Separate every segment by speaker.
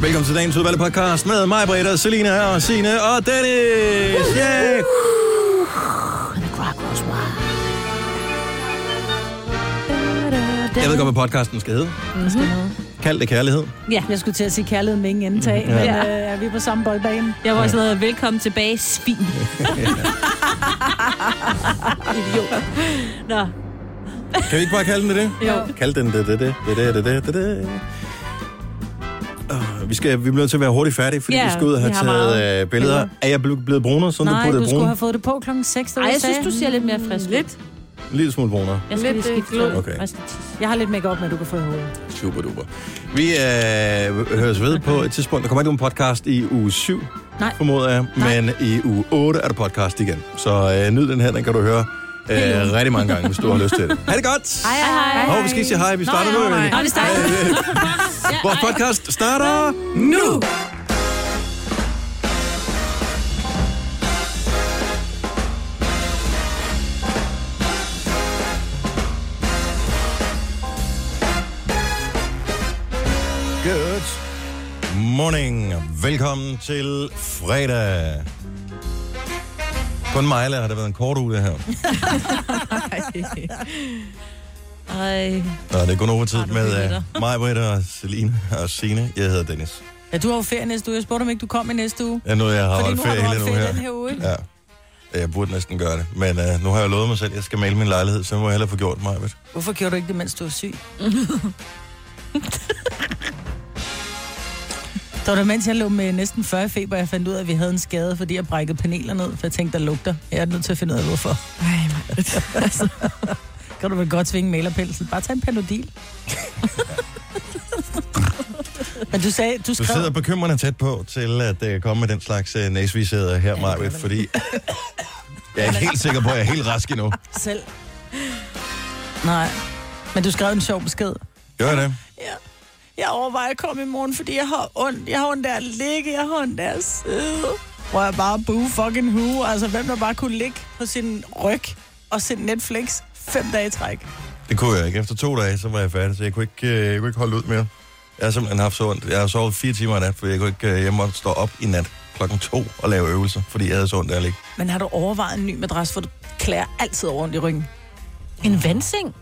Speaker 1: Velkommen til dagens udvalgte podcast med mig, Britta, Selina og Signe og Dennis. Yeah! Jeg ved godt, hvad podcasten skal hedde. Kald det kærlighed.
Speaker 2: Mhm. Ja, jeg skulle til at sige kærlighed med ingen anden tag, men
Speaker 1: Ja.
Speaker 2: øh, er vi på samme boldbane?
Speaker 3: Jeg var også noget, velkommen tilbage, svin. Idiot. Nå,
Speaker 1: Kan vi ikke bare kalde den det? det?
Speaker 3: Jo.
Speaker 1: Kald den det, det, det, det, det, det, det, det, det. Åh, Vi, skal, vi bliver nødt til at være hurtigt færdige, fordi
Speaker 3: Ja,
Speaker 1: yeah, vi skal ud og have
Speaker 3: vi har
Speaker 1: taget
Speaker 3: meget
Speaker 1: øh, billeder.
Speaker 3: billeder.
Speaker 1: Er jeg blevet blevet brunere, sådan
Speaker 2: Nej,
Speaker 1: du
Speaker 2: du
Speaker 1: puttede
Speaker 2: skulle
Speaker 1: brun?
Speaker 2: have fået det på klokken 6, det var
Speaker 3: Ej, jeg
Speaker 2: jeg
Speaker 3: synes,
Speaker 2: sagde.
Speaker 3: du ser lidt mere frisk ud.
Speaker 4: Lidt.
Speaker 1: En lille smule brunere.
Speaker 3: Jeg skal
Speaker 4: Lidt,
Speaker 3: lige
Speaker 4: øh,
Speaker 3: skifte
Speaker 4: glød.
Speaker 3: tøj.
Speaker 1: Okay.
Speaker 3: Og jeg skal tisse.
Speaker 2: Jeg har lidt makeup med, du kan få i hovedet.
Speaker 1: Super duper. Vi øh, høres ved på et tidspunkt. Der kommer ikke nogen podcast i uge 7,
Speaker 2: Nej.
Speaker 1: formoder jeg. Men i uge 8 er der podcast igen. Så øh, nyd den her, den kan du høre øh, rigtig mange gange, hvis du har lyst til det. Ha' det godt! Hej,
Speaker 3: Hej, hej.
Speaker 1: hej. Hov, vi skal ikke sige hej, vi starter nu.
Speaker 3: Nå, vi starter.
Speaker 1: Vores podcast starter nu! Good morning. Velkommen til fredag. Kun mig, eller har det været en kort uge, det her?
Speaker 3: Ej.
Speaker 1: Nå, det er kun over tid
Speaker 3: du
Speaker 1: med
Speaker 3: hygger
Speaker 1: uh, mig, Britt og Selina og Signe. Jeg hedder Dennis.
Speaker 2: Ja, du har jo ferie næste uge. Jeg spurgte, om ikke du kom i næste uge.
Speaker 1: Jeg nåede, jeg har
Speaker 2: Fordi
Speaker 1: holdt
Speaker 2: nu har
Speaker 1: ferie
Speaker 2: du
Speaker 1: hele
Speaker 2: holdt
Speaker 1: nu
Speaker 2: ferie
Speaker 1: her.
Speaker 2: den her uge. ikke?
Speaker 1: Ja. Jeg burde næsten gøre det, men uh, nu har jeg lovet mig selv, at jeg skal male min lejlighed, så må jeg hellere få gjort mig. Ved.
Speaker 2: Hvorfor gjorde du ikke det, mens du var syg? det var da, mens jeg lå med næsten 40 i feber, jeg fandt ud af, at vi havde en skade, fordi jeg brækkede paneler ned, for jeg tænkte, der lugter. Jeg er nødt til at finde ud af, hvorfor.
Speaker 4: Ej, mand. altså,
Speaker 2: Kan du vel godt svinge malerpensel? Bare tag en panodil. Men du sagde, du
Speaker 1: Du
Speaker 2: skrev...
Speaker 1: sidder bekymrende tæt på til at uh, komme med den slags uh, næsvisæder her, ja, Marvitt, fordi jeg er ikke helt sikker på, at jeg er helt rask endnu.
Speaker 2: selv. Nej. Men du skrev en sjov besked.
Speaker 1: Gør jeg det?
Speaker 2: Ja. Jeg overvejer at komme i morgen, fordi jeg har ondt. Jeg har ondt der at ligge, jeg har ondt der at sidde. Hvor jeg bare boo fucking who. Altså, hvem der bare kunne ligge på sin ryg og se Netflix fem dage i træk.
Speaker 1: Det kunne jeg ikke. Efter to dage, så var jeg færdig, så jeg kunne ikke, øh, jeg kunne ikke holde ud mere. Jeg har simpelthen haft så ondt. Jeg har sovet fire timer i nat, fordi jeg, kunne ikke, øh, jeg måtte stå op i nat klokken to og lave øvelser, fordi jeg havde så ondt, ærligt.
Speaker 2: Men har du overvejet en ny madras, hvor du klæder altid over ondt i ryggen?
Speaker 3: En vandseng? Mm.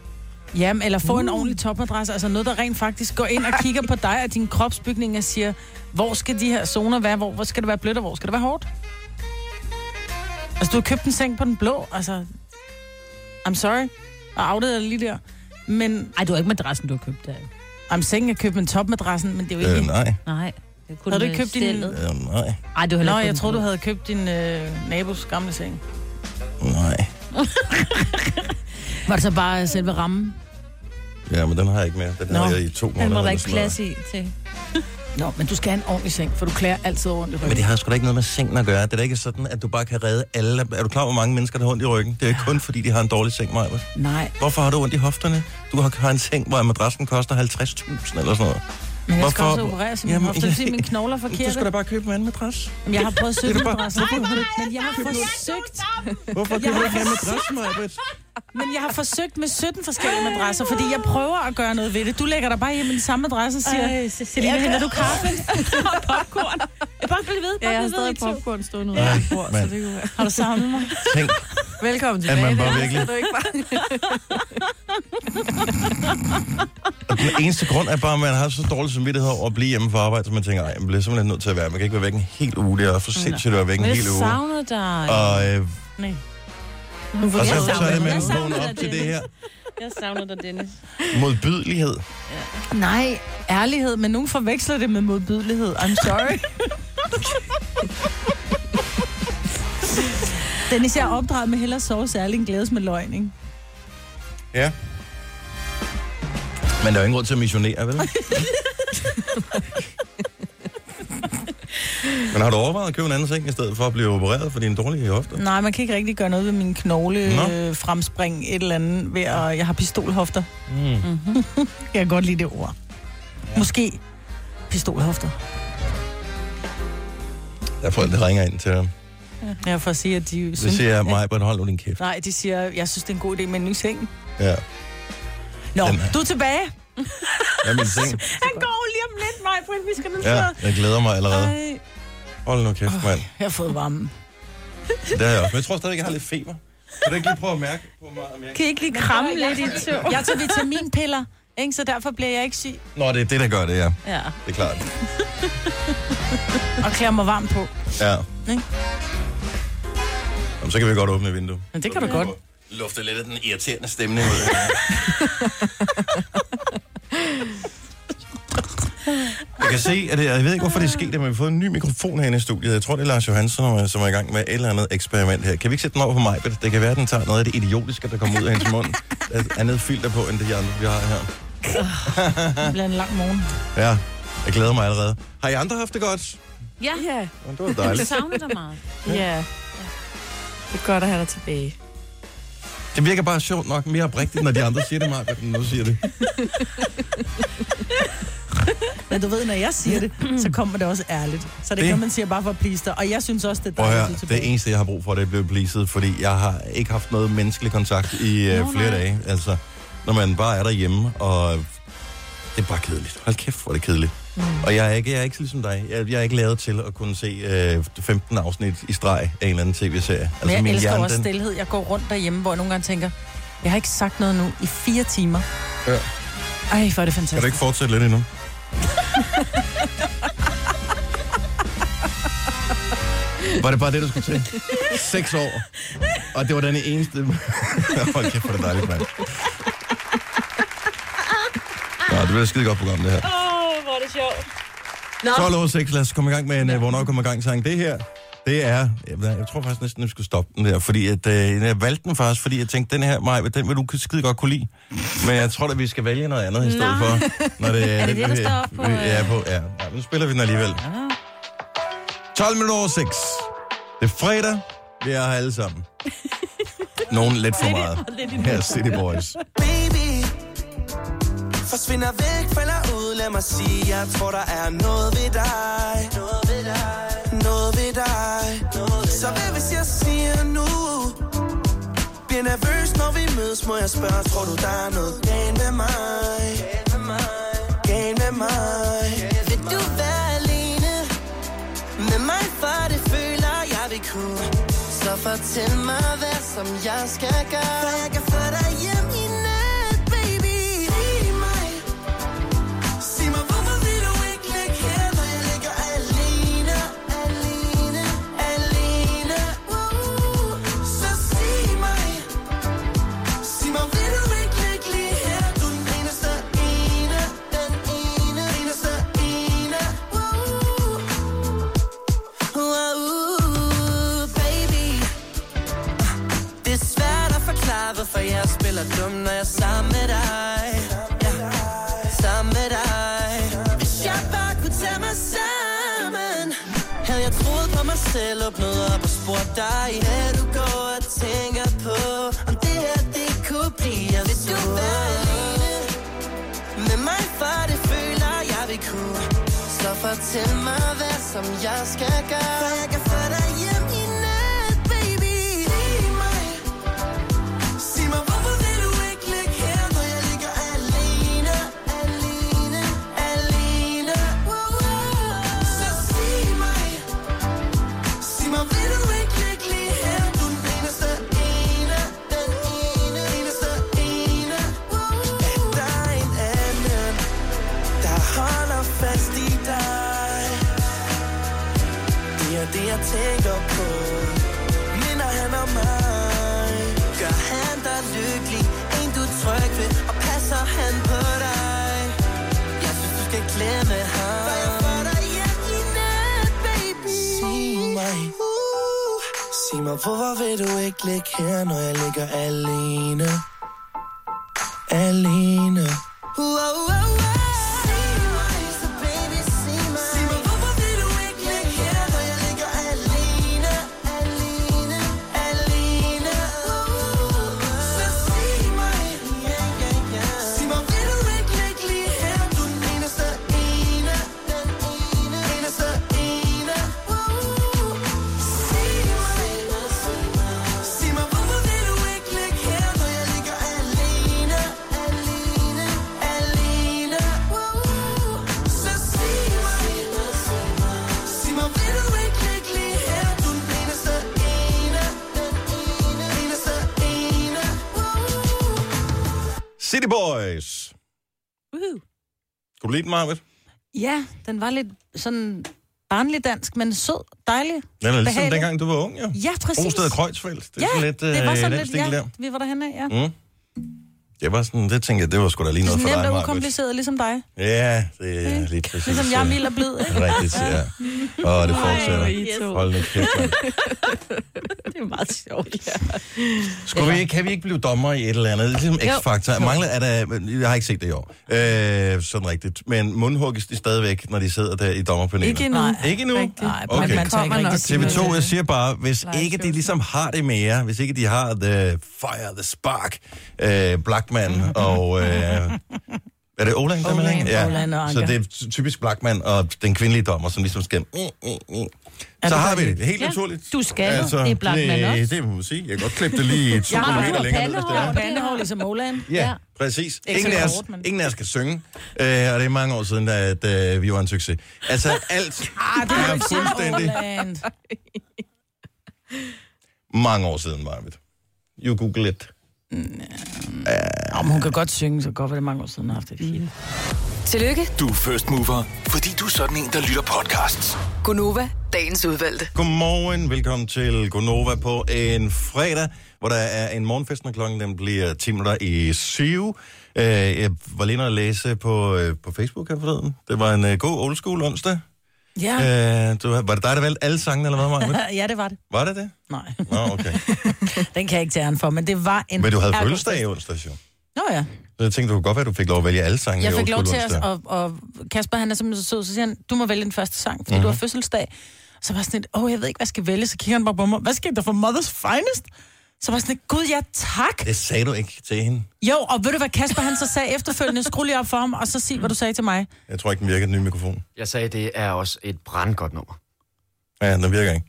Speaker 2: Jamen, eller få en ordentlig topmadras, altså noget, der rent faktisk går ind og kigger på dig og din kropsbygning og siger, hvor skal de her zoner være, hvor, hvor skal det være blødt, og hvor skal det være hårdt? Altså, du har købt en seng på den blå, altså, I'm sorry, og outet er lige der. Men,
Speaker 3: Ej, du har ikke madrassen, du har købt der.
Speaker 2: om sengen er købt med topmadrassen, men det er jo
Speaker 1: Øh,
Speaker 2: ikke... Øh,
Speaker 1: nej.
Speaker 3: Nej. Det er kun
Speaker 2: Har du
Speaker 3: med
Speaker 2: ikke købt din-
Speaker 3: stellet.
Speaker 1: Øh, nej.
Speaker 3: Ej, du har heller
Speaker 2: Nå,
Speaker 3: ikke
Speaker 2: jeg
Speaker 3: købt
Speaker 2: troede, du
Speaker 3: den.
Speaker 2: havde købt din øh, nabos gamle seng.
Speaker 1: Nej.
Speaker 2: Var det så bare øh, selve rammen?
Speaker 1: Ja, men den har jeg ikke mere. Den
Speaker 2: Nå.
Speaker 1: havde jeg i to måneder.
Speaker 3: Han var der
Speaker 1: eller
Speaker 3: ikke
Speaker 1: sådan noget.
Speaker 3: plads i til.
Speaker 2: Nå, men du skal have en ordentlig seng, for du klæder altid over ondt i ryggen.
Speaker 1: Men det har sgu da ikke noget med sengen at gøre. Det er da ikke sådan, at du bare kan redde alle. Er du klar, over, hvor mange mennesker, der har ondt i ryggen? Det er ikke kun, fordi de har en dårlig seng, Maja.
Speaker 2: Nej,
Speaker 1: Hvorfor har du ondt i hofterne? Du har, har en seng, hvor madrassen koster 50.000 eller sådan noget.
Speaker 2: men jeg skal
Speaker 1: Hvorfor-
Speaker 2: også opereres i min
Speaker 1: Jamen,
Speaker 2: hofte, det vil sige, at
Speaker 1: jeg-
Speaker 2: mine knogler er
Speaker 1: Du
Speaker 2: forkerte.
Speaker 1: skal da bare købe en anden madras.
Speaker 2: Jamen, jeg har prøvet at søge
Speaker 1: Det
Speaker 2: en
Speaker 1: er da bare-
Speaker 2: madras, og det kunne du- men jeg har forsøgt,
Speaker 1: Hvorfor køber du ikke en anden madras, Maja?
Speaker 2: men jeg har forsøgt med 17 forskellige madrasser, fordi jeg prøver at gøre noget ved det. Du lægger dig bare hjemme i den samme adresse og siger,
Speaker 3: Ej,
Speaker 2: Selina,
Speaker 3: Selina,
Speaker 2: henter du kaffe?
Speaker 3: popcorn. Jeg bare blive ved,
Speaker 4: ja,
Speaker 3: bare
Speaker 4: jeg har
Speaker 3: bliv
Speaker 4: stadig
Speaker 3: ved. I to.
Speaker 4: popcorn stående ude
Speaker 1: Ja.
Speaker 4: af bord, så
Speaker 1: Mand.
Speaker 4: det kunne være.
Speaker 2: Har du savnet mig?
Speaker 1: Tænk,
Speaker 4: Velkommen tilbage.
Speaker 1: man bare
Speaker 4: venner.
Speaker 1: virkelig-
Speaker 4: Så du ikke bare...
Speaker 1: og den eneste grund er bare, at man har så dårlig samvittighed over at blive hjemme fra arbejde, så man tænker, nej, man bliver simpelthen nødt til at være. Man kan ikke være væk en hel uge. Det er for sindssygt at være væk en
Speaker 3: Men jeg
Speaker 1: hel uge.
Speaker 3: savner dig.
Speaker 1: Og, øh,
Speaker 2: Nej.
Speaker 1: og så,
Speaker 3: jeg
Speaker 1: så er
Speaker 3: savner
Speaker 1: det med
Speaker 3: dig. Jeg
Speaker 1: at vågne
Speaker 3: savner
Speaker 1: op
Speaker 3: dig,
Speaker 1: til det
Speaker 3: Dennis.
Speaker 1: her
Speaker 3: Jeg savner dig, Dennis.
Speaker 1: modbydelighed.
Speaker 2: Nej, ærlighed, men nogen forveksler det med modbydelighed. I'm sorry. Dennis, jeg er opdraget med hellere sove særlig end glædes med løgn, ikke?
Speaker 1: Ja. Men der er jo ingen grund til at missionere, vel? Men har du overvejet at købe en anden seng, i stedet for at blive opereret for din dårlige hofte?
Speaker 2: Nej, man kan ikke rigtig gøre noget ved min knogle
Speaker 1: Nå.
Speaker 2: øh, fremspring et eller andet ved at jeg har pistolhofter. Mm. jeg kan godt lide det ord. Ja. Måske pistolhofter. Mm.
Speaker 1: Jeg får det ringer ind til ham.
Speaker 2: Ja, for at sige, at de
Speaker 1: Så
Speaker 2: synes...
Speaker 1: siger jeg, mig, Britt, hold nu din kæft.
Speaker 2: Nej, de siger, jeg synes, det er en god idé med en ny seng.
Speaker 1: Ja.
Speaker 2: Nå,
Speaker 1: Den er-
Speaker 2: du er tilbage.
Speaker 1: af min seng.
Speaker 3: Han går lige om lidt, mig, Britt. Vi skal nu
Speaker 1: Ja,
Speaker 3: ja.
Speaker 1: jeg glæder mig allerede.
Speaker 4: Ej.
Speaker 1: Hold nu kæft, mand.
Speaker 2: Jeg har fået varmen.
Speaker 1: Det har jeg også. Men jeg tror stadig, jeg har lidt feber. Kan du ikke lige prøve at mærke på mig? Om jeg...
Speaker 3: Kan I ikke lige kramme lidt i tøv?
Speaker 2: Jeg tager vitaminpiller, ikke? så derfor bliver jeg ikke syg.
Speaker 1: Nå, det er det, der gør det, ja.
Speaker 3: Ja.
Speaker 1: Det er klart.
Speaker 2: Og klæder mig varm på.
Speaker 1: Ja.
Speaker 2: Ikke?
Speaker 1: Jamen, så kan vi godt åbne vinduet.
Speaker 2: Men det kan du godt.
Speaker 1: Lufte lidt af den irriterende stemning. ud. Jeg kan se, at det, jeg ved ikke, hvorfor det er sket, men vi har fået en ny mikrofon herinde i studiet. Jeg tror, det er Lars Johansson, som er- som er i gang med et eller andet eksperiment her. Kan vi ikke sætte den over på mig? Britt? Det kan være, at den tager noget af det idiotiske, der kommer ud af hendes mund. Der er et andet filter på, end det, jeg, vi har her.
Speaker 2: Det bliver en lang morgen.
Speaker 1: Ja, jeg glæder mig allerede. Har I andre haft det godt?
Speaker 3: Ja,
Speaker 4: Ja.
Speaker 1: Nå, Det var
Speaker 3: jeg
Speaker 1: dejligt.
Speaker 3: savner dig meget.
Speaker 4: Ja. Det er godt at have dig tilbage.
Speaker 1: Det virker bare sjovt nok mere oprigtigt, når de andre siger det, Maja, end når du siger det.
Speaker 2: Men du ved, når jeg siger det, så kommer det også ærligt. Så det,
Speaker 1: Det-
Speaker 2: det. kan man sige bare for at please dig. Og jeg synes også, det er
Speaker 1: Prøv at
Speaker 2: dejligt, at
Speaker 1: høre,
Speaker 2: du er tilbage.
Speaker 1: det eneste, jeg har brug for, det er blevet pleaset, fordi jeg har ikke haft noget menneskelig kontakt i øh,
Speaker 3: Nå,
Speaker 1: flere
Speaker 3: nej.
Speaker 1: dage. Altså, når man bare er derhjemme, og det er bare kedeligt. Hold kæft, hvor er det kedeligt. Mm. Og jeg er, ikke, jeg er ikke ligesom dig. Jeg, jeg er ikke lavet til at kunne se øh, 15 afsnit i streg af en eller anden tv-serie.
Speaker 2: Men jeg elsker
Speaker 1: altså hjerne,
Speaker 2: også
Speaker 1: den-
Speaker 2: stillhed. Jeg går rundt derhjemme, hvor jeg nogle gange tænker, jeg har ikke sagt noget nu i fire timer.
Speaker 1: Ja.
Speaker 2: Ej, hvor er det
Speaker 1: Kan du
Speaker 2: fantastisk.
Speaker 1: ikke fortsætte lidt endnu? var det bare det, du skulle til? Seks år. Og det var den eneste... Hold kæft, hvor er det dejligt, mand. Nå, det bliver et skide godt program, det her.
Speaker 3: Åh, hvor er det sjovt.
Speaker 1: 12 over 6, lad os komme i gang med en uh, Hvornår kommer i gang sang. Det her, det er, jeg, jeg tror faktisk næsten, at vi skulle stoppe den der, fordi at, uh, jeg valgte den faktisk, fordi jeg tænkte, den her, Maj, den vil du skide godt kunne lide. Men jeg tror, at vi skal vælge noget andet i stedet
Speaker 3: Nej.
Speaker 1: for. Når det, er
Speaker 3: det det, der står på,
Speaker 1: Vi,
Speaker 3: øh?
Speaker 1: ja, på, ja. ja, nu spiller vi den alligevel. 12 minutter over 6. Det er fredag, vi er her alle sammen. Nogen lidt for meget.
Speaker 3: lidt i
Speaker 1: Her er City Boys.
Speaker 5: baby Forsvinder væk, falder ud, lad mig sige Jeg tror der er noget ved dig Noget ved dig Noget ved dig Så hvad hvis jeg siger nu Bliver nervøs når vi mødes, må jeg spørge Tror du der er noget galt med mig Galt med mig Vil du være alene Med mig for det føler jeg vil kunne Så fortæl mig hvad som jeg skal gøre For jeg kan få dig hjem i nat baby Sig mig Sig mig hvorfor vil du ikke ligge her Når jeg ligger alene Alene Alene uh. Så sig mig Sig mig vil du ikke ligge lige her Du er den eneste ene Den ene Eneste ene uh. Wow, baby Det er svært at forklare, hvorfor jeg spiller dum, når jeg er sammen med dig ja. Sammen med dig Hvis jeg bare kunne tage mig sammen Havde jeg troet på mig selv, åbnet op og spurgt dig Hvad du går og tænker på Om det her, det kunne blive Hvis du var alene med mig, for det føler jeg vil kunne. Så fortæl mig, hvad som jeg skal gøre. For jeg kan få dig hjem i nat, baby. Sig mig. Sig mig, hvorfor vil du ikke ligge her, når jeg ligger alene? Alene, alene. Wow. Så sig mig. Sig mig, vil du ikke ligge lige her? Du er den eneste ene. Den ene, eneste ene. At der er en anden, der holder fast i dig. Det er det, jeg tænker på. Minder han om mig? Gør han dig lykkelig? En du er tryg ved, og passer han på dig? Jeg synes, du skal glemme ham. For jeg får dig hjem i nat, baby. Sig mig. Uh, sig mig, hvorfor vil du ikke ligge her, når jeg ligger alene? Alene. Uh, uh, uh, uh. Sig mig, så baby, sig mig. Sig mig, hvorfor vil du ikke ligge her, når jeg ligger alene? Alene, alene. Uh, uh, uh. Så sig mig. Yeah, yeah, yeah. Sig mig, vil du ikke ligge lige her? Du er den eneste ene. Den ene, eneste ene. Uh, uh. Sig mig. Sig mig, hvorfor vil du ikke ligge her, når jeg ligger alene? Alene,
Speaker 1: City Boys.
Speaker 2: Woohoo.
Speaker 1: Kunne du lide den, Marvitt?
Speaker 2: Ja, den var lidt sådan barnlig dansk, men sød, dejlig.
Speaker 1: Den er ligesom
Speaker 2: Behagelig.
Speaker 1: dengang, du var ung, jo.
Speaker 2: Ja, præcis.
Speaker 1: Rosted og Kreuzfeldt. Det er
Speaker 2: Ja,
Speaker 1: sådan lidt,
Speaker 2: det var
Speaker 1: øh,
Speaker 2: sådan
Speaker 1: den
Speaker 2: lidt,
Speaker 1: stil
Speaker 2: ja,
Speaker 1: der.
Speaker 2: vi var derhenne af, ja.
Speaker 1: Mm. Det var sådan, det tænkte jeg, det var sgu da lige noget for
Speaker 2: Nemt
Speaker 1: dig,
Speaker 2: og
Speaker 1: Maj-Brit.
Speaker 2: ukompliceret, ligesom dig.
Speaker 1: Ja, det er lige præcis.
Speaker 2: Ligesom jeg er
Speaker 1: øh,
Speaker 2: mild og blid, ikke?
Speaker 1: Rigtigt, ja. Åh, det
Speaker 4: Ej, hvor
Speaker 1: fortsætter.
Speaker 4: I to.
Speaker 1: Hold nu kæft, mand.
Speaker 4: Det er meget sjovt, ja.
Speaker 1: Skulle vi ikke, kan vi ikke blive dommer i et eller andet? Det er ligesom X-Factor. Jeg mangler, at der, jeg har ikke set det i år. Øh, sådan rigtigt. Men mundhugges de stadigvæk, når de sidder der i dommerpanelet?
Speaker 4: Ikke endnu.
Speaker 1: Ikke endnu?
Speaker 4: Rigtigt.
Speaker 2: Nej,
Speaker 1: Okay.
Speaker 2: okay. man tager ikke
Speaker 4: Kommer nok.
Speaker 2: rigtig stilling til
Speaker 1: TV2,
Speaker 2: det.
Speaker 1: jeg siger bare, hvis
Speaker 4: Live
Speaker 1: ikke de
Speaker 4: show.
Speaker 1: ligesom har det mere, hvis ikke de har the fire, the spark, øh, Blackman og... Øh, er det Olan, der er med
Speaker 2: Olan,
Speaker 1: længe?
Speaker 2: Olan og
Speaker 1: Så
Speaker 2: Anker.
Speaker 1: det er ty- typisk Blackman og den kvindelige dommer, som ligesom skal... Mm, mm, mm. Så har vi det. Helt
Speaker 6: Ja,
Speaker 1: naturligt.
Speaker 6: du skal jo. Det er Blachman
Speaker 1: nej,
Speaker 6: også.
Speaker 1: Altså, Det må man sige. Jeg kan godt klippe det lige to
Speaker 6: Jeg har
Speaker 1: kilometer
Speaker 6: jo
Speaker 1: længere ned, hvis det er.
Speaker 6: pandehår.
Speaker 2: Bandehår ligesom Åland.
Speaker 1: Ja, ja. præcis.
Speaker 2: Ikke
Speaker 1: Ingen
Speaker 2: så
Speaker 1: af, os,
Speaker 2: kort, men-
Speaker 1: ingen af os kan synge, øh, og det er mange år siden, at øh, vi var en succes. Altså alt
Speaker 2: Ah, det er
Speaker 1: er
Speaker 2: jo
Speaker 1: fuldstændig-
Speaker 2: fuldstændig. Åland.
Speaker 1: mange år siden, Marvitt. You google it. Øh.
Speaker 2: Nå, men Mm. hun kan godt synge, så godt var det mange år siden, hun har haft det fint.
Speaker 7: Tillykke,
Speaker 8: Du er first mover, fordi du er sådan en, der lytter podcasts.
Speaker 7: Gunova, dagens udvalgte.
Speaker 1: Godmorgen, velkommen til Gonova på en fredag, hvor der er en morgenfest, når klokken den bliver 10 minutter i 7. Øh, Jeg var lige inde og læse på, øh, på Facebook her forleden. Det var en øh, god old school onsdag.
Speaker 2: Ja.
Speaker 1: Øh, du, var det dig, der valgte alle sangene, eller hvad, Marvitt?
Speaker 2: ja, det var det.
Speaker 1: Var det det?
Speaker 2: Nej,
Speaker 1: Nå, okay.
Speaker 2: den kan jeg ikke tage æren for, men det var en...
Speaker 1: Men du havde
Speaker 2: ergo-
Speaker 1: fødselsdag i onsdags, jo.
Speaker 2: Nå ja.
Speaker 1: Så jeg tænkte, du kunne godt være, at du fik lov at vælge alle sangene
Speaker 2: Jeg
Speaker 1: i
Speaker 2: fik lov til
Speaker 1: Oldschool
Speaker 2: at...
Speaker 1: onsdag.
Speaker 2: Og, og Kasper, han er simpelthen så sød, så siger han, du må vælge den første sang, fordi mm-hmm. du
Speaker 1: Mhm.
Speaker 2: har fødselsdag. Så var jeg sådan lidt, åh, jeg ved ikke, hvad jeg skal vælge. Så kigger han bare på mig, hvad skal der for Mother's Finest? Så var jeg sådan lidt, gud ja, tak.
Speaker 1: Det sagde du ikke til hende.
Speaker 2: Jo, og ved du, hvad Kasper han så sagde efterfølgende? Skru lige op for ham, og så sig, hvad du sagde til mig.
Speaker 1: Jeg tror ikke, den virker, den nye mikrofon.
Speaker 9: Jeg sagde, det er også et brandgodt nummer.
Speaker 1: Ja, den virker ikke.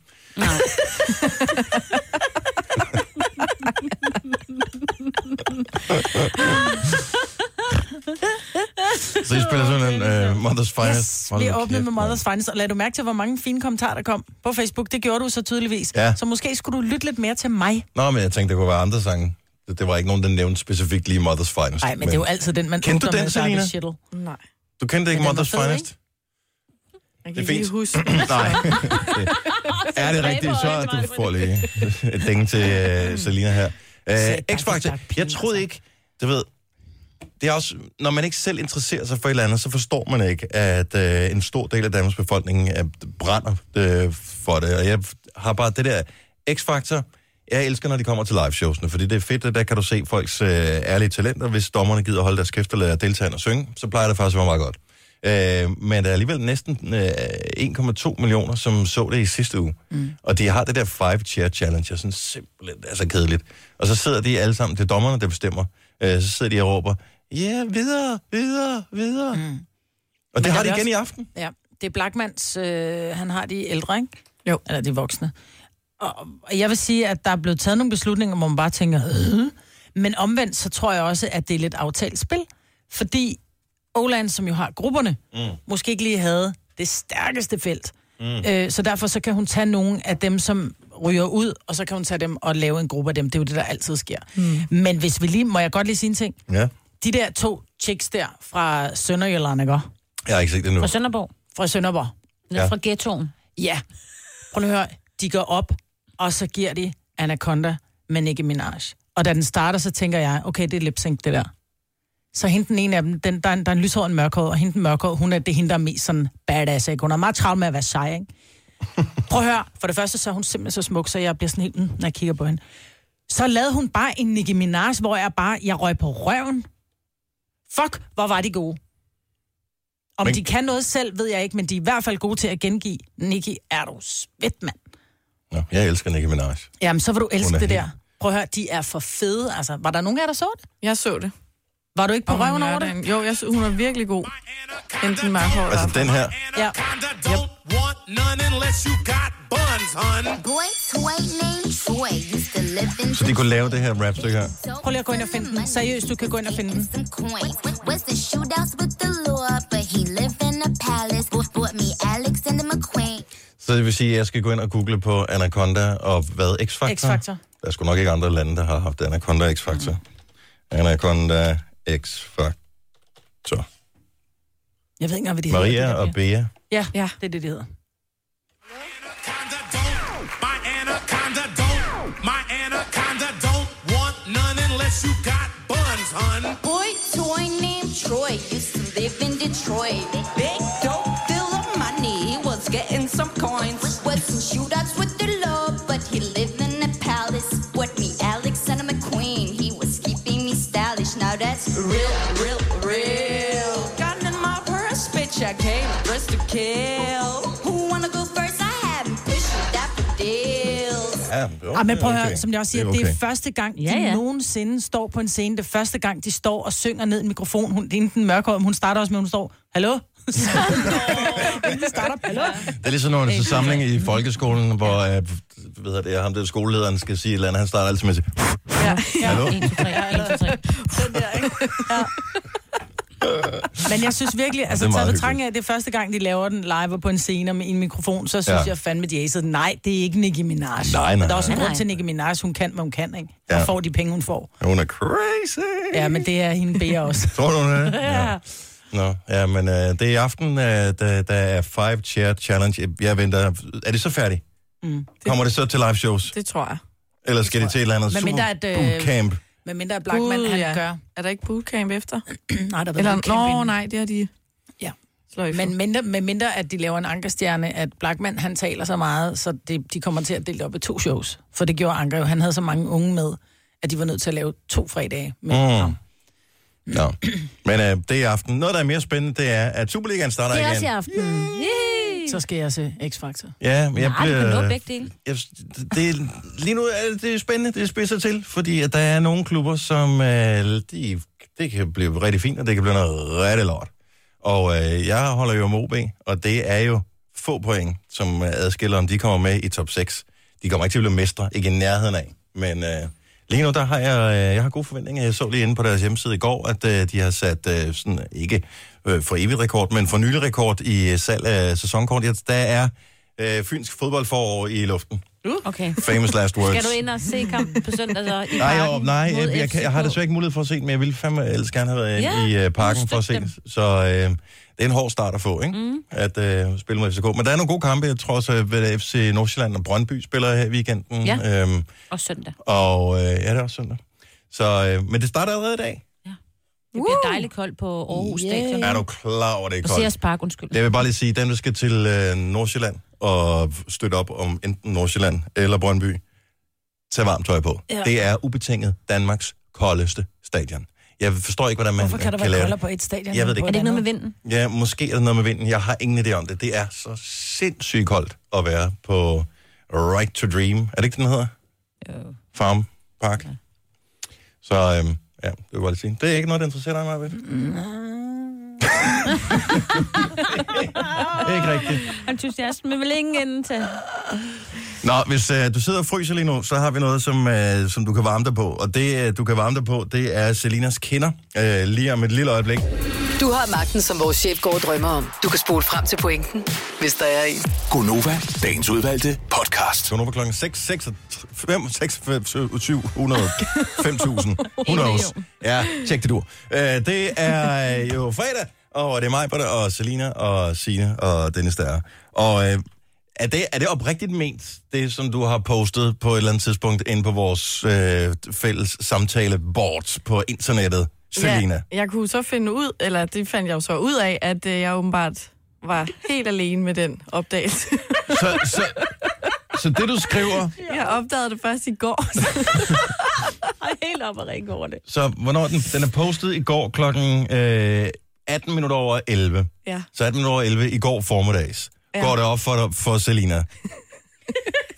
Speaker 1: Nej. så I spiller sådan en uh, Mother's Finest.
Speaker 2: Yes, vi åbnede med Mother's Finest, og lad du mærke til, hvor mange fine kommentarer, der kom på Facebook. Det gjorde du så tydeligvis.
Speaker 1: Ja.
Speaker 2: Så måske skulle du lytte lidt mere til mig.
Speaker 1: Nå, men jeg tænkte, der kunne være andre sange. Det, det var ikke nogen, der nævnte specifikt lige Mother's Finest.
Speaker 2: Nej, men, det er jo altid den, man
Speaker 1: Kendte du
Speaker 2: åbner
Speaker 1: den,
Speaker 2: med, Darby
Speaker 1: Selina?
Speaker 2: Shittle.
Speaker 4: Nej.
Speaker 1: Du kendte ikke
Speaker 2: Men den var
Speaker 1: Mother's
Speaker 2: fed,
Speaker 1: Finest?
Speaker 4: Jeg
Speaker 1: Det er
Speaker 4: kan ikke lige
Speaker 1: fint.
Speaker 4: huske.
Speaker 1: Nej. er det rigtigt,
Speaker 3: rigtig
Speaker 1: så er
Speaker 3: meget,
Speaker 1: du får lige et dænge til uh, Selina her. Uh, X-Factor, jeg troede ikke, du ved, det er også, når man ikke selv interesserer sig for et eller andet, så forstår man ikke, at øh, en stor del af Danmarks befolkning øh, brænder øh, for det. Og jeg har bare det der X-Factor. Jeg elsker, når de kommer til liveshowsene, fordi det er fedt, at der kan du se folks øh, ærlige talenter. Hvis dommerne gider holde deres kæft og lade deltagerne synge, så plejer det faktisk at være meget godt. Øh, men der er alligevel næsten øh, 1,2 millioner, som så det i sidste uge. Mm. Og de har det der five chair challenge, jeg synes simpelthen, det er så kedeligt. Og så sidder de alle sammen, det er dommerne, der bestemmer, øh, så sidder de og råber, ja, yeah, videre, videre, videre. Mm. Og det
Speaker 2: der
Speaker 1: har
Speaker 2: er
Speaker 1: de
Speaker 2: det
Speaker 1: igen i aften.
Speaker 2: Ja, det er Blackmans, øh, han har de ældre, ikke?
Speaker 4: Jo.
Speaker 2: Eller de voksne. Og, og jeg vil sige, at der er blevet taget nogle beslutninger, hvor man bare tænker, øh. men omvendt, så tror jeg også, at det er lidt aftalt spil. Fordi Åland, som jo har grupperne, mm. måske ikke lige havde det stærkeste felt. Mm. Øh, så derfor så kan hun tage nogle af dem, som ryger ud, og så kan hun tage dem og lave en gruppe af dem. Det er jo det, der altid sker. Mm. Men hvis vi lige, må jeg godt lige sige en ting?
Speaker 1: Ja.
Speaker 2: De der to chicks der fra Sønderjylland, ikke? også?
Speaker 1: Jeg har ikke set det nu.
Speaker 6: Fra Sønderborg.
Speaker 2: Fra Sønderborg.
Speaker 6: Nede
Speaker 1: Ja.
Speaker 6: fra ghettoen.
Speaker 2: Ja. Prøv lige at høre. De går op, og så giver de Anaconda, men ikke Minaj. Og da den starter, så tænker jeg, okay, det er lip sync, det der. Så hende den ene af dem, den, der, er en, der er en lyshåret og en mørkhåret, og hende den mørkhåret, hun er det er hende, der er mest sådan badass, ikke? Hun er meget travlt med at være sej, ikke? Prøv at høre, for det første, så er hun simpelthen så smuk, så jeg bliver sådan helt, mm, når jeg kigger på hende. Så lavede hun bare en Nicki Minaj, hvor jeg bare, jeg røg på røven. Fuck, hvor var de gode. Om
Speaker 1: Men-
Speaker 2: men... de kan noget selv, ved jeg ikke, men de er i hvert fald gode til at gengive. Nicki, er du svedt, mand.
Speaker 1: Nå, jeg elsker Nicki Minaj.
Speaker 2: Jamen, så vil du
Speaker 1: Hun er
Speaker 2: elske det
Speaker 1: helt-
Speaker 2: der. Prøv at høre, de er for fede. Altså, var der nogen af jer, der så det?
Speaker 4: Jeg så det.
Speaker 2: Var du ikke på
Speaker 4: Om
Speaker 2: røven over det?
Speaker 4: lørdagen. Jo, jeg så, hun er virkelig god. Enten Mark Hård
Speaker 1: Altså den her,
Speaker 2: Ja.
Speaker 1: så de kunne lave det her rapstykke her.
Speaker 2: Prøv lige at gå ind og finde den. Seriøst, du kan gå ind og finde den.
Speaker 10: Was the shootouts with the Lord, but he lived in a palace. Bought me Alexander McQueen.
Speaker 1: Så det vil sige, at jeg skal gå ind og google på Anaconda og hvad? X-Factor?
Speaker 2: X-Factor.
Speaker 1: Der er sgu nok ikke andre lande, der har haft Anaconda og X-Factor. Mm. Anaconda X Factor.
Speaker 2: Jeg ved ikke engang, hvad de hedder.
Speaker 1: Maria
Speaker 2: det der
Speaker 1: og
Speaker 2: bliver.
Speaker 1: Bea.
Speaker 2: Ja,
Speaker 4: Ja.
Speaker 2: det er det, det hedder.
Speaker 5: My anaconda don't, my anaconda don't want none unless you got buns, hun.
Speaker 10: Boy toy named Troy used to live in Detroit. Big dope deal of money, he was getting some coins. Was in shootouts with the law, but he lived in a palace. With me, Alexander McQueen, he was keeping me stylish. Now that's real, real, real. Gun in my purse, bitch, I came dressed to kill. Who wanna go first? I haven't pushed daffodils.
Speaker 1: Ja, okay,
Speaker 2: Ah, men prøv at høre, som jeg også siger, det er,
Speaker 1: okay.
Speaker 2: det er første gang, ja,
Speaker 3: Ja,
Speaker 2: ja. de
Speaker 3: ja.
Speaker 2: nogensinde står på en scene. Det er første gang, de står og synger ned i en mikrofon. Hun, det er den mørke, hun starter også med, at hun står, hallo? Så hun starter, hallo?
Speaker 1: Det er ligesom når det er til samling i folkeskolen, hvor øh, ved jeg, det er ham der skolelederen skal sige et eller andet. Han starter altid med at sige,
Speaker 4: Ja.
Speaker 1: hallo?
Speaker 3: 1, 2, 3, 1, 2, 3.
Speaker 2: Men jeg synes virkelig, altså
Speaker 1: det er
Speaker 2: taget
Speaker 1: meget
Speaker 2: betragtning af, at det er første gang, de laver den live og på en scene og med en mikrofon, så synes
Speaker 1: Ja.
Speaker 2: ja. jeg fandme, de acede. den. Nej, det er ikke Nicki Minaj.
Speaker 1: nej,
Speaker 2: Men Der er også en
Speaker 1: nej.
Speaker 2: grund til, at Nicki Minaj, hun kan, hvad hun kan, ikke? Hun
Speaker 1: Ja.
Speaker 2: får de penge, hun får.
Speaker 1: Hun er crazy.
Speaker 2: Ja, men det er hende beder også.
Speaker 1: Tror du det? ja. Nå, ja, men øh, det er i aften, øh, der, der er Five Chair Challenge. Jeg venter. Er det så færdigt? Mm. Kommer det så til live shows?
Speaker 4: Det tror jeg.
Speaker 1: Eller skal det til et eller andet
Speaker 2: Men
Speaker 1: super
Speaker 2: mindre, at, øh,
Speaker 1: bootcamp?
Speaker 2: Men mindre er Blackman,
Speaker 4: Gud,
Speaker 2: han
Speaker 4: ja.
Speaker 2: gør.
Speaker 4: Er der ikke bootcamp efter?
Speaker 2: Nej, der
Speaker 4: Eller,
Speaker 2: Eller,
Speaker 4: nå, nej, det har de
Speaker 2: Ja.
Speaker 4: sløjfet.
Speaker 2: Men mindre, med mindre, at de laver en ankerstjerne, at Blackman, han taler så meget, så det, de kommer til at dele det op i to shows. For det gjorde Anker jo. Han havde så mange unge med, at de var nødt til at lave to fredage med
Speaker 1: Mm.
Speaker 2: mm. ham.
Speaker 1: Nå. Men øh, det er i aften. Noget, der er mere spændende, det er, at Superligaen starter
Speaker 3: Det er
Speaker 1: igen.
Speaker 3: også i aften. Yay.
Speaker 2: Så skal jeg se X-Factor.
Speaker 1: Ja, men jeg
Speaker 3: Nej, du kan nå begge dele.
Speaker 1: jeg, det, er- lige nu er det, det er spændende, det spidser til, fordi at der er nogle klubber, som øh, de, det kan blive rigtig fint, og det kan blive noget rigtig lort. Og øh, jeg holder jo om OB, og det er jo få point, som øh, adskiller, om de kommer med i top 6. De kommer ikke til at blive mestre, ikke i nærheden af. Men øh, lige nu, der har jeg, øh, jeg har gode forventninger. Jeg så lige inde på deres hjemmeside i går, at øh, de har sat øh, sådan, ikke øh, for evigt rekord, men for nylig rekord i øh, salg af sæsonkort. Ja, Der er øh, fynsk fodboldforår i luften.
Speaker 3: Okay.
Speaker 1: Uh. Famous last words.
Speaker 3: Skal du ind og se kampen på søndag så i
Speaker 1: Nej,
Speaker 3: parken
Speaker 1: jo, nej
Speaker 3: mod
Speaker 1: jeg, jeg, kan, jeg har
Speaker 3: FCK?
Speaker 1: desværre ikke mulighed for at se den, men jeg ville fandme ellers gerne have været inde
Speaker 3: Ja,
Speaker 1: i uh, parken
Speaker 3: støtte
Speaker 1: for at se
Speaker 3: dem.
Speaker 1: den. Så øh, det er en hård start at få, ikke? Mm. At øh, spille mod FCK. Men der er nogle gode kampe. Jeg tror også, at ved FC Nordsjælland og Brøndby spiller her i weekenden.
Speaker 3: Ja.
Speaker 1: Øhm,
Speaker 3: Og søndag.
Speaker 1: og øh, ja, det er også søndag. Så, øh, men det starter allerede i dag.
Speaker 3: Det bliver dejligt koldt på Aarhus yeah. Stadion.
Speaker 1: Er du klar over, det er
Speaker 3: Og
Speaker 1: koldt?
Speaker 3: Sears Park, undskyld.
Speaker 1: Jeg vil bare lige sige, dem, der skal til øh, Nordsjælland og støtte op om enten Nordsjælland eller Brøndby, tag varmt tøj på. Ja. Det er ubetinget Danmarks koldeste stadion. Jeg forstår ikke, hvordan man
Speaker 2: Hvorfor kan der
Speaker 1: kan
Speaker 2: være
Speaker 1: lave
Speaker 2: kolder
Speaker 1: det.
Speaker 2: på et stadion?
Speaker 1: Jeg
Speaker 2: end
Speaker 1: ved det
Speaker 2: på
Speaker 3: Er
Speaker 2: et
Speaker 3: det ikke noget med
Speaker 2: andet?
Speaker 3: vinden?
Speaker 1: Ja, måske er der noget med vinden. Jeg har ingen idé om det. Det er så sindssygt koldt at være på Right to Dream. Er det ikke, den hedder?
Speaker 3: Jo.
Speaker 1: Farm Park. Ja. Så øhm, ja, det vil jeg bare lige sige. Det er ikke noget, der interesserer dig, Maja. Mm. ikke rigtigt.
Speaker 3: Entusiasten, men vel ingen ende til.
Speaker 1: Nå, hvis øh, du sidder og fryser lige nu, så har vi noget, som, øh, som du kan varme dig på. Og det, øh, du kan varme dig på, det er Selinas kinder. Øh, lige om et lille øjeblik.
Speaker 7: Du har magten, som vores chef går og drømmer om. Du kan spole frem til pointen, hvis der er en.
Speaker 8: Gonova, dagens udvalgte podcast.
Speaker 1: Så nu på klokken 6, 6, 5, 6, 5, 7, 100, 5.000. Who knows? Ja, tjek det dur. Øh, det er øh, jo fredag, og det er mig, Britta, og Selina, og Sine og Dennis der. er. Og øh, er, det, er det oprigtigt ment, det som du har postet på et eller andet tidspunkt inde på vores øh, fælles samtaleboard på internettet, Selina?
Speaker 4: Ja, jeg kunne så finde ud, eller det fandt jeg jo så ud af, at øh, jeg åbenbart var helt alene med den opdagelse.
Speaker 1: Så, så, så det, du skriver,
Speaker 4: jeg opdagede det først i går.
Speaker 3: Og helt op og ringe over det.
Speaker 1: så hvornår er den, den er postet i går klokken øh, 18 minutter over 11.
Speaker 4: ja.
Speaker 1: Så 18 minutter over 11 i går formiddags. Ja.
Speaker 4: Ja.
Speaker 1: Går det op for, dig- for Selina.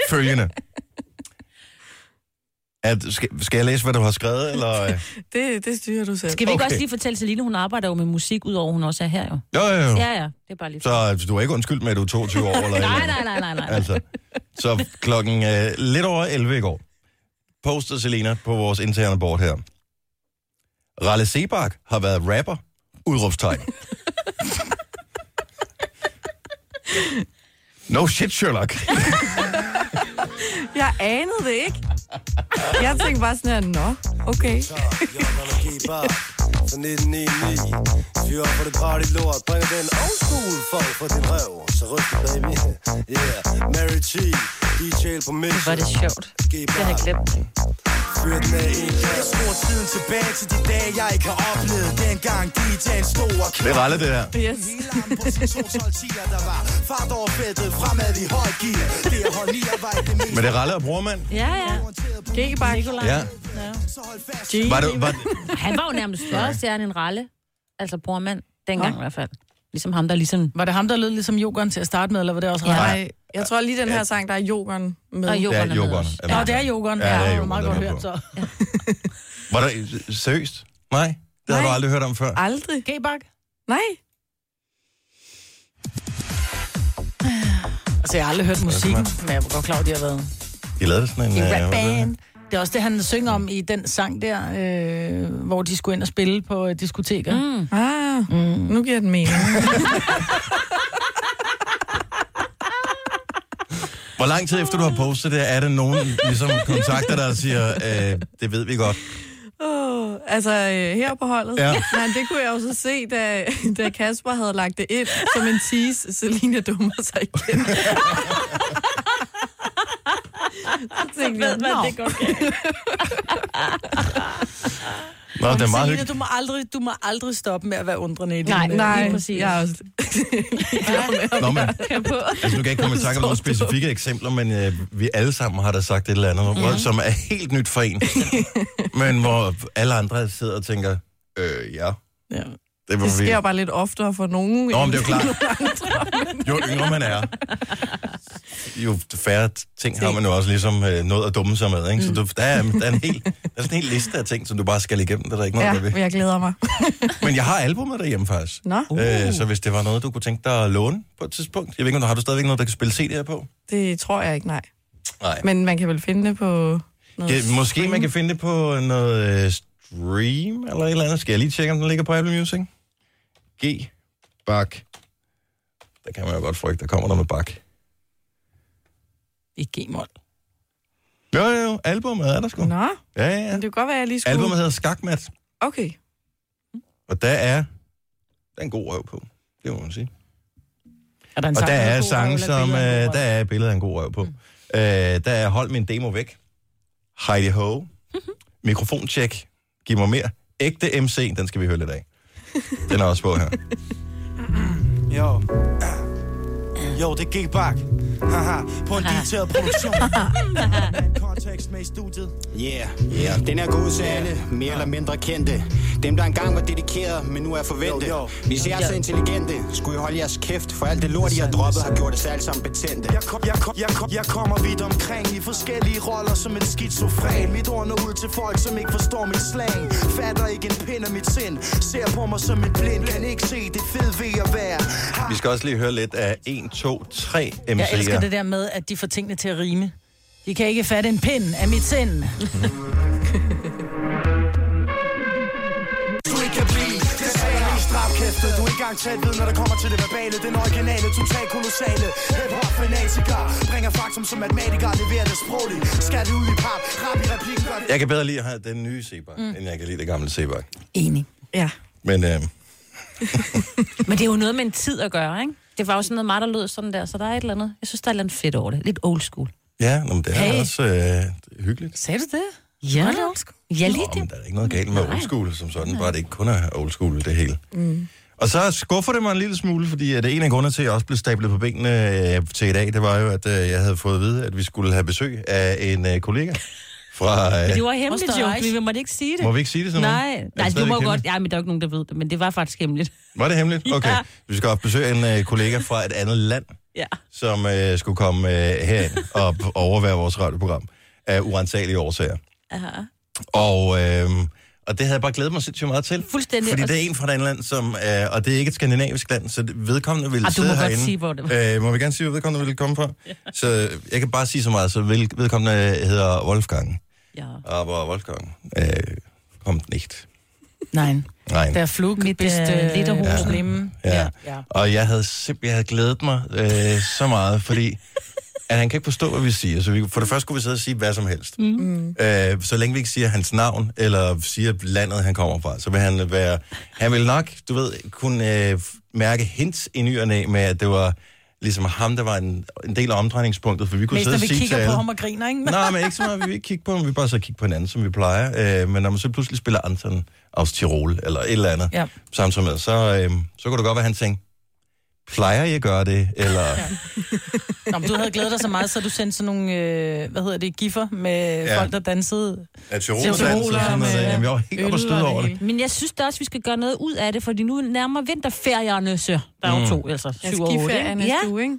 Speaker 1: Følgende. At, skal, skal jeg læse, hvad du har skrevet? Eller? øh?
Speaker 4: Det, det styrer du selv.
Speaker 3: Skal vi ikke
Speaker 1: Okay.
Speaker 3: okay. også lige fortælle Celine, hun arbejder jo med musik, udover hun også er her jo?
Speaker 1: Jo, jo, jo.
Speaker 3: Ja, ja, det er bare lige...
Speaker 1: Så du er ikke undskyldt med, at du er 22 år? Eller et eller
Speaker 3: Nej,
Speaker 1: andet.
Speaker 3: nej, nej, nej, nej.
Speaker 1: Altså, så klokken øh, lidt over 11 i går postede Selena på vores interne board her. Ralle Sebak har været rapper. Udråbstegn. No shit, Sherlock.
Speaker 4: Jeg anede det ikke. Jeg tænkte bare sådan her, nå, okay.
Speaker 6: Så 1999 Fyr op for det party lort Bringer den old folk for din røv Så ryst det, baby Yeah Mary G DJ på mission
Speaker 3: Hvor er det sjovt.
Speaker 6: Det har jeg glemt Fyr den af en Jeg skruer tiden tilbage til de dage Jeg ikke har oplevet Dengang DJ'en stod og
Speaker 1: Det er Ralle, det der.
Speaker 6: Yes. der var fart over feltet, fremad i høj gear. Det er hold 9 var ikke det mest.
Speaker 1: Men det er Ralle og Brormand.
Speaker 3: Ja, ja.
Speaker 4: Gegebak.
Speaker 1: Ja.
Speaker 3: Gee.
Speaker 1: Var det, var,
Speaker 3: Han var jo nærmest større stjerne end Ralle. Altså brormand, dengang i hvert fald. Ligesom ham, der ligesom...
Speaker 2: Var det ham, der lød ligesom jokeren til at starte med, eller var det også
Speaker 4: Ja.
Speaker 2: Ralle?
Speaker 4: Nej, jeg tror lige den her sang, der er jokeren med.
Speaker 3: Og
Speaker 1: det er
Speaker 3: jokeren
Speaker 1: jokeren.
Speaker 2: Ja, det er jokeren.
Speaker 1: Ja, det er
Speaker 2: det var
Speaker 1: jokeren,
Speaker 2: meget
Speaker 1: den
Speaker 2: godt
Speaker 1: er
Speaker 2: hørt,
Speaker 1: på.
Speaker 2: så.
Speaker 1: var der, seriøst? Nej, det har du
Speaker 4: Nej.
Speaker 1: aldrig hørt om før.
Speaker 4: Aldrig.
Speaker 2: G-bak.
Speaker 4: Nej.
Speaker 2: Altså, jeg har aldrig hørt musikken, men jeg var godt klar, over, at de har været
Speaker 1: De lavede sådan en...
Speaker 2: i
Speaker 1: øh,
Speaker 2: rap
Speaker 1: hvad hedder det?
Speaker 2: band. Det er også det, han synger om i den sang der, øh, hvor de skulle ind og spille på øh, diskoteker. Mm.
Speaker 4: Ah, mm. nu giver den mening.
Speaker 1: Hvor lang tid efter du har postet det, er der nogen ligesom, kontakter dig og siger, øh, det ved vi godt.
Speaker 4: Oh, altså, øh, her på holdet.
Speaker 1: Ja.
Speaker 4: Nej, det kunne jeg jo så se, da, da Kasper havde lagt det ind som en tease. Selina dummer sig igen. så tænkte jeg,
Speaker 3: man,
Speaker 4: "Nå."
Speaker 3: det går galt.
Speaker 1: Nå, det er meget
Speaker 2: Selina,
Speaker 1: hyggeligt.
Speaker 2: du må, aldrig, du må aldrig stoppe med at være undrende i din...
Speaker 3: Nej,
Speaker 2: øh,
Speaker 4: Nej,
Speaker 3: Lige præcis.
Speaker 4: jeg er også...
Speaker 1: Nå, men, altså, nu kan jeg ikke komme i tanke om nogle specifikke eksempler, men øh, vi alle sammen har da sagt et eller andet, mm. som er helt nyt for en. men hvor alle andre sidder og tænker, øh, ja,
Speaker 2: Ja.
Speaker 1: det var
Speaker 4: Det
Speaker 1: vi.
Speaker 4: sker jo bare lidt oftere for nogen.
Speaker 1: Nå, men det er jo
Speaker 4: end-
Speaker 1: klart. Jo yngre man er, jo færre ting har man jo også ligesom øh, noget at dumme sig med. Ikke?
Speaker 4: Mm.
Speaker 1: Så du, der, er, der, er en hel, der er sådan en hel liste af ting, som du bare skal igennem. Det er der ikke noget,
Speaker 4: Ja,
Speaker 1: der ved.
Speaker 4: men jeg glæder mig.
Speaker 1: Men jeg har albumet derhjemme faktisk.
Speaker 4: Nå, Uh,
Speaker 1: Øh, så hvis det var noget, du kunne tænke dig at låne på et tidspunkt. Jeg ved ikke, om du har du stadigvæk noget, der kan spille CD'er på?
Speaker 4: det tror jeg ikke, nej.
Speaker 1: Nej.
Speaker 4: Men man kan vel finde det på... Noget
Speaker 1: Ja, måske man kan finde det på noget øh, stream eller et eller andet. Skal jeg lige tjekke, om den ligger på Apple Music? G. Bak. Der kan man jo godt frygte, der kommer noget med bak.
Speaker 2: I G-mål.
Speaker 1: Jo, jo, jo. Albumet er der sgu.
Speaker 4: Nå,
Speaker 1: Ja, ja, ja.
Speaker 4: men det kunne godt være, at jeg lige skulle...
Speaker 1: Albumet hedder Skakmat,
Speaker 4: Okay.
Speaker 1: og der er, der er en god røv på. Det må man sige.
Speaker 2: Er der en
Speaker 1: Og der
Speaker 2: med
Speaker 1: er
Speaker 2: god røv,
Speaker 1: sange,
Speaker 2: eller
Speaker 1: som... Øh,
Speaker 2: billeder med god
Speaker 1: der er billeder af en god røv på. Mm. Øh, der er Hold min demo væk. Heidi
Speaker 2: Mhm.
Speaker 1: Ho. Mikrofoncheck. Giv mig mere. Ægte MC, den skal vi høre lidt af. Den er også på her.
Speaker 6: Jo. Jo, det gik bak. Haha, på en digiteret produktion. Kontekst med i studiet.
Speaker 11: Yeah. yeah. Den er god til alle, mere eller mindre kendte. Dem, der engang var dedikerede, men nu er forventet.
Speaker 6: Jo, jo.
Speaker 11: Hvis I er så intelligente, skulle I holde jeres kæft, for alt det lort, I har droppet, har gjort os alle sammen betændte.
Speaker 6: Jeg, kom, jeg, kom, jeg, kom, jeg kommer vidt omkring i forskellige roller som en skizofren. Mit ord når ud til folk, som ikke forstår mit slang. Fatter ikke en pind af mit sind. Ser på mig som en blind, kan ikke se det fede ved at være.
Speaker 1: Vi skal også lige høre lidt af 1, 2, 3 MC'er.
Speaker 2: Jeg elsker det der med, at de får tingene til at rime. De kan ikke fatte en pind af mit sind.
Speaker 1: Mhm.
Speaker 6: Du ikke kan blive Det sagde jeg ikke strafkæftet Du er ikke engang tæt ved, når det kommer til det verbale Den originale, total kolossale Hip-hop fanatiker Bringer faktum som matematiker Leverer det sprogligt Skal det ud i pap Rap i replikken gør det
Speaker 1: Jeg kan bedre lide at have den nye Sebak, mm. end jeg kan lide det gamle Sebak.
Speaker 2: Enig.
Speaker 4: Ja.
Speaker 1: Men øh,
Speaker 3: Men det er jo noget med en tid at gøre, ikke? Det var jo sådan noget meget, der lød sådan der, så der er et eller andet. Jeg synes, der er et eller andet fedt over det. Lidt old school.
Speaker 1: ja, nå, men det er
Speaker 2: Hey.
Speaker 1: også øh, hyggeligt.
Speaker 2: Sagde du det?
Speaker 3: Ja,
Speaker 2: Var det old school?
Speaker 3: ja lige
Speaker 1: Nå, men
Speaker 3: det.
Speaker 1: der er ikke noget galt med old school som sådan, bare det ikke kun er old school, det hele. Mm. Og så skuffer det mig en lille smule, fordi at en af grundene til, at jeg også blev stablet på benene øh, til i dag, det var jo, at øh, jeg havde fået at vide, at vi skulle have besøg af en øh, kollega fra... Øh,
Speaker 3: Det var hemmeligt,
Speaker 2: Forstår jeg
Speaker 3: jo.
Speaker 2: ikke.
Speaker 3: Vi måtte ikke sige det.
Speaker 1: må vi ikke sige det sådan noget? Er
Speaker 3: Nej,
Speaker 1: det
Speaker 3: nej, du
Speaker 1: stadigvæk
Speaker 3: må
Speaker 1: hemmeligt?
Speaker 3: godt. Ja, men der er jo ikke nogen, der ved det, men det var faktisk hemmeligt.
Speaker 1: Var det hemmeligt? Okay.
Speaker 3: Ja.
Speaker 1: Vi skal også besøge en øh, kollega fra et andet land,
Speaker 3: Ja.
Speaker 1: som øh, skulle komme øh, herind og p- overvære vores radioprogram af urensagelige årsager.
Speaker 3: Aha.
Speaker 1: Og, øh, og det havde jeg bare glædet mig sindssygt meget til.
Speaker 3: Fuldstændig.
Speaker 1: Fordi
Speaker 3: Og-
Speaker 1: det er en fra et andet land, som, øh, og det er ikke et skandinavisk land, så det- vedkommende ville
Speaker 3: Ah, du
Speaker 1: sidde
Speaker 3: må godt
Speaker 1: herinde.
Speaker 3: sige, hvor det var.
Speaker 1: Øh, må vi gerne sige, hvor vedkommende ville komme fra? ja. Så jeg kan bare sige så meget, så vil- vedkommende hedder Wolfgang.
Speaker 3: Ja.
Speaker 1: Aber Wolfgang øh, kommt nicht.
Speaker 2: Nej.
Speaker 1: Nej.
Speaker 2: Der er flug,
Speaker 3: Mit,
Speaker 2: hvis
Speaker 3: øh,
Speaker 2: det
Speaker 3: lidt af
Speaker 2: er
Speaker 3: hosen.
Speaker 2: problemet.
Speaker 1: Ja.
Speaker 2: ja.
Speaker 1: Og jeg havde simpelthen jeg havde glædet mig øh, så meget, fordi at han kan ikke forstå, hvad vi siger. Så vi, for det første kunne vi sidde og sige hvad som helst.
Speaker 12: Mm.
Speaker 1: Øh, så længe vi ikke siger hans navn, eller siger landet, han kommer fra, så vil han være... Han vil nok, du ved, kunne øh, mærke hints i ny og næ med, at det var ligesom ham, der var en, en del af omdrejningspunktet, for vi kunne
Speaker 2: Mest når
Speaker 1: sidde og
Speaker 2: vi
Speaker 1: sige til
Speaker 2: kigger på
Speaker 1: alle-
Speaker 2: ham og griner, ikke?
Speaker 1: Nej, men ikke så meget, vi vil ikke kigge på ham, vi vil bare så kigge på hinanden, som vi plejer. Øh, men når man så pludselig spiller Anton aus Tirol, eller et eller andet,
Speaker 2: Ja.
Speaker 1: samtidig med, så, øh, så kunne det godt være, han tænkte, plejer jeg at gøre det, eller...
Speaker 2: Nå, men du havde glædet dig så meget, så du sendte sådan nogle, øh, hvad hedder det, giffer med
Speaker 1: Ja.
Speaker 2: ja. folk, der dansede.
Speaker 1: At Tirol
Speaker 2: Tiroler
Speaker 1: danser, sådan noget.
Speaker 2: med
Speaker 1: der. Jamen, jeg var helt
Speaker 2: øl
Speaker 1: oppe og støde
Speaker 2: og det
Speaker 1: over det.
Speaker 3: Men jeg synes da også, vi skal gøre noget ud af det, fordi nu nærmer vinterferierne, så der er jo
Speaker 1: Mm.
Speaker 3: to, altså
Speaker 4: Ja,
Speaker 3: syv og otte.
Speaker 4: skiferie er
Speaker 3: ikke?
Speaker 4: næste
Speaker 3: Ja.
Speaker 4: uge, ikke?